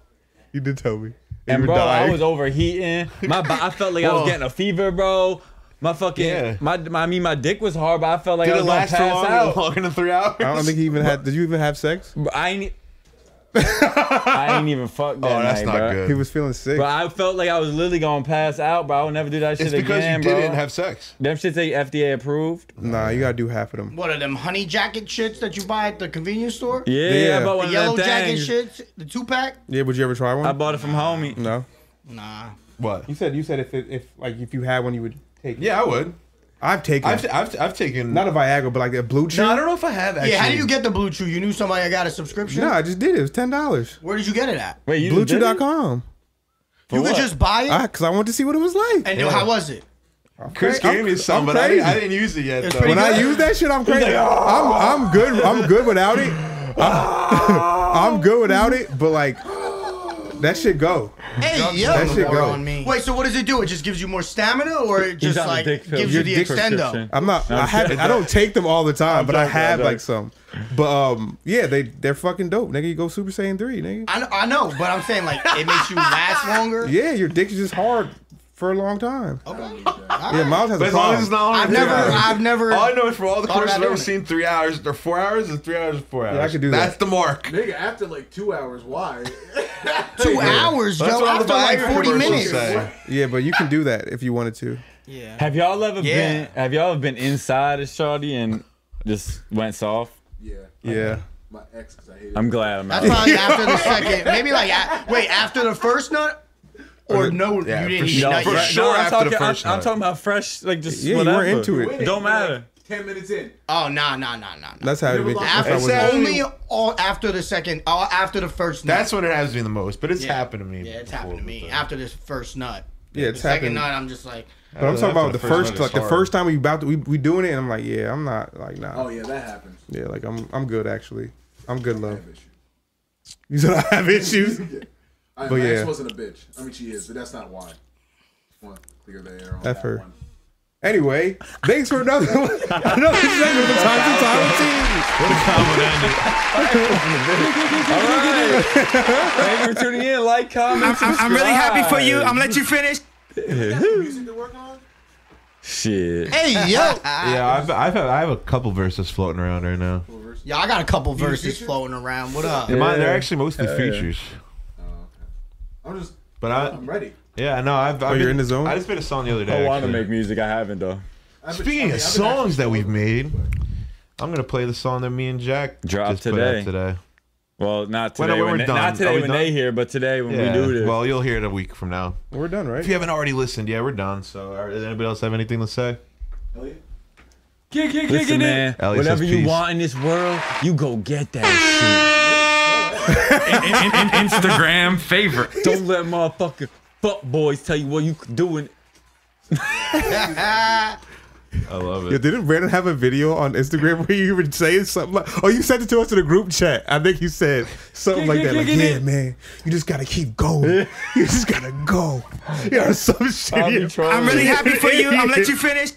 You did tell me. And you bro, were dying. I was overheating. My bo- I felt like I Whoa. was getting a fever, bro. My fucking Yeah. my, my I mean my dick was hard, but I felt like Did I it was gonna last pass for long? out. Longer than three hours? I don't think he even had. Did you even have sex? Bro, I ain't. e-, I ain't even fucked that Oh, that's night, not bro. good. He was feeling sick. But I felt like I was literally gonna pass out, bro. I would never do that shit it's because again, you didn't bro. have sex. Them shit they FDA approved. nah, you gotta do half of them. What are them honey jacket shits that you buy at the convenience store? Yeah, Yeah. I bought The one yellow of them jacket things. shits, the two pack. Yeah, would you ever try one? I bought it from homie. no. Nah. What? You said you said if it, if like if you had one, you would take. Yeah, I would. I've taken I've, I've, I've taken. not a Viagra, but like a blue chew. no, I don't know if I have actually. Yeah, how do you get the Blue Chew? You knew somebody that got a subscription? No, I just did it. It was ten dollars. Where did you get it at? Wait, you just did it? Bluechew.com. For you what? could just buy it, I, Cause I wanted to see what it was like. and how was it? Chris I'm- gave me some, I'm but I didn't, crazy. I didn't use it "Ah." yet. It's Though. pretty when I good. use that shit, I'm crazy. I'm I'm good. I'm good without it. I'm, I'm good without it. But like that shit go. Hey, yo. That shit War go. on me. Wait, so what does it do? It just gives you more stamina, or it He's just on the like dick pill. gives you Your the dick extendo? prescription. I'm not. No, I I'm have. joking. I don't take them all the time, but I joking, I'm have joking. like some. But um, yeah, they they're fucking dope, nigga. You go Super Saiyan three, nigga. I know, I know, but I'm saying like it makes you last longer. Yeah, your dick is just hard for a long time. Okay. Yeah, Miles has But a as long problem. as it's not I've longer than never, three hours. I've never. All I know is for all the thought courses about I've ever doing seen, three hours or four hours and three hours or four hours. I could do that. That's the mark. Nigga, after like two hours, why? two hours, That's yo. what all After the like Viagra 40 commercials minutes. say. Yeah, but you can do that if you wanted to. Yeah. Have y'all ever Yeah. been? Have y'all ever been inside a shorty and just went soft? yeah. Yeah. My ex, 'cause I hated I'm glad I'm That's out. probably after the second. Maybe like a- wait after the first nut, or no, yeah, you for didn't eat No, sure. nut For no, yet. sure I'm after talking, the first I'm, I'm night. talking about fresh, like just Yeah, you whatever. were into it. With it. Don't matter. Like, Ten minutes in. Oh nah nah nah nah. nah. That's how it. Never Is. lost That's how After, it was. Exactly. only all after the second, all after the first nut. That's when it happens to me the most, but it's Yeah. happened to me. yeah, it's before, happened to me but, uh, after this first nut. Yeah, it's the second happened. nut, I'm just like, But I'm Yeah, talking about after the the first first, one, like it's the hard. first time we about to, we we doing it, and I'm like, yeah, I'm not like nah. Oh yeah, that happens. Yeah, like I'm I'm good actually. I'm good love. Bitch. You said I have issues. I, But my ex yeah. wasn't a bitch. I mean, she is, but that's not why. Want to clear the air on F that her. one. Anyway, thanks for another another segment of Time to Time with Teens. Thank you for tuning in. Like, comment, I'm, I'm really happy for you. subscribe. I'm let you finish. Music to work on. Shit. hey yo, Yeah, I've, I've, I have a couple verses floating around right now. Oh, yeah, I got a couple verses future? floating around. What up? And mine, they're Yeah. actually mostly features. I'm just. But I, I'm ready. yeah, no, I've. I've you're been- in the zone? I just made a song the other day. I want to actually. make music. I haven't though. I've been- I Speaking mean, of I've been songs that we've actually- made, I'm gonna play the song that me and Jack Dropped just put out today. today. Well, not today. Well, no, when when we're they, done. Not Are today we when done? they hear, but today when Yeah. we do this. Well, you'll hear it a week from now. We're done, right? If you haven't already listened, yeah, we're done. So, all right, does anybody else have anything to say? Elliot? Kick, kick, kick Listen, it in. man. Ellie says whatever you peace. want in this world, you go get that In- in- Instagram favorite. shit. Don't let motherfucking fuck boys tell you what you doing. I love Yeah, it. didn't Brandon have a video on Instagram where you were saying something like, "Oh, you sent it to us in a group chat." I think you said something like that. Like, yeah, man, you just gotta keep going. You just gotta go. You know, some shit. I'm really happy for you. I'm let you finish.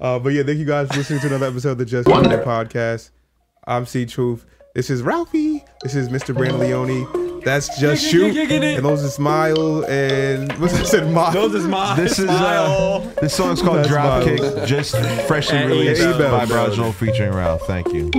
Uh, but yeah, thank you guys for listening to another episode of the Just Wonder Podcast. I'm C Truth. This is Ralphie. This is Mr. Brandon Leone. That's Just Shoot. And those is Smile and what's I said? Mile. Those is my This is smile. uh, this song's called That's Dropkick, Miles. just freshly And released Ebel. by Brojol featuring Ralph. Thank you.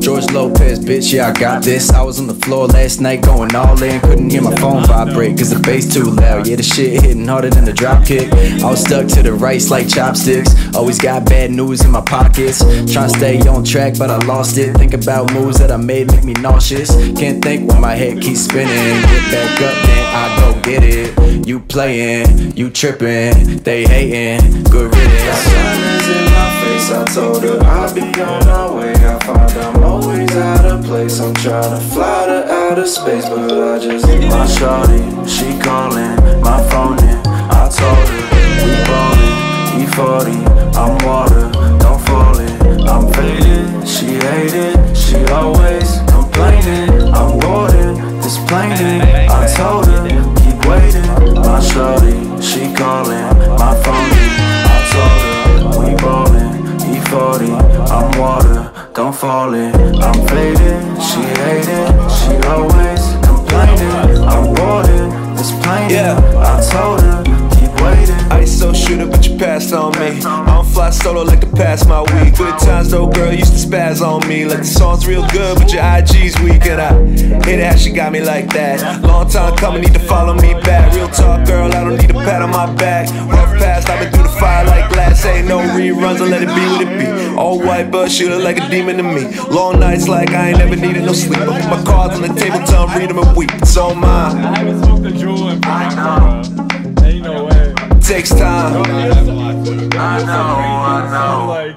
George Lopez, bitch, yeah, I got this. I was on the floor last night going all in. Couldn't hear my phone vibrate, cause the bass too loud. Yeah, the shit hitting harder than the drop kick. I was stuck to the rice like chopsticks. Always got bad news in my pockets. Tryna stay on track, but I lost it. Think about moves that I made, make me nauseous. Can't think when my head keeps spinning. Get back up, then I go get it. You playing, you tripping, they hating. Good riddance. Sun is in my face, I told her I'd be on my way. I find I'm always out of place. I'm tryna fly to outer space, but I just my shawty. She calling, my phone in. I told her we ballin', E40. I'm water, don't fall in. I'm faded, she hated, she always complaining. I'm boarding, this plane in. I told her keep waiting. My shawty, she calling, my phone in. I told her we ballin'. E40, I'm water, don't fall in. I'm faded, she hated, she always complaining. I'm boarded, this plane. Yeah, I told her, keep waiting. ISO shooter, but you passed on me. I don't fly solo like the past my week. Good times though, girl, used to spaz on me. Like the song's real good, but your IG's weak. And I hit that, she got me like that. Long time coming, need to follow me back. Real talk, girl, I don't need a pat on my back. Rough past, I've been through the fire like glass. Ain't no reruns, I let it be what it be. All white, but she look like a demon to me. Long nights like I ain't never needed no sleep. I put my cards on the table, tell 'em read 'em and weep. It's on mine. I haven't smoked a jewel in forever, bro. Ain't no way. takes time. I know, I know. Like,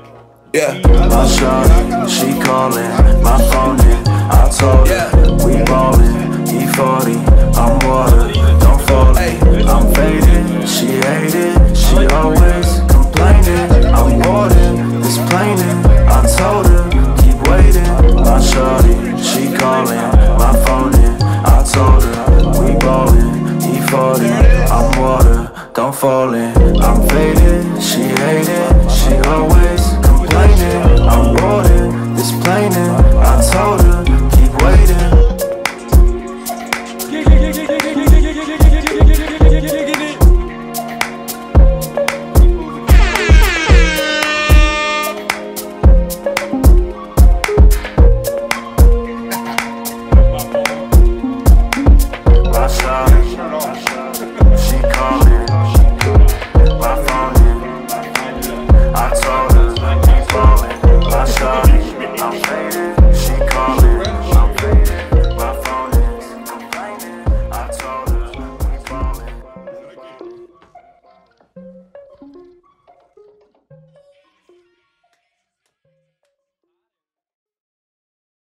Yeah. My shawty, she calling, my phone in. I told her we ballin', E40, I'm water, don't fall in. I'm faded, she hated, she always complaining. I'm boarding, this plane in. I told her keep waiting. My shawty, she calling, my phone in. I told her we ballin', E40, I'm water, don't fall in. I'm faded, she hated, she always complaining. I'm boarding, this plane in.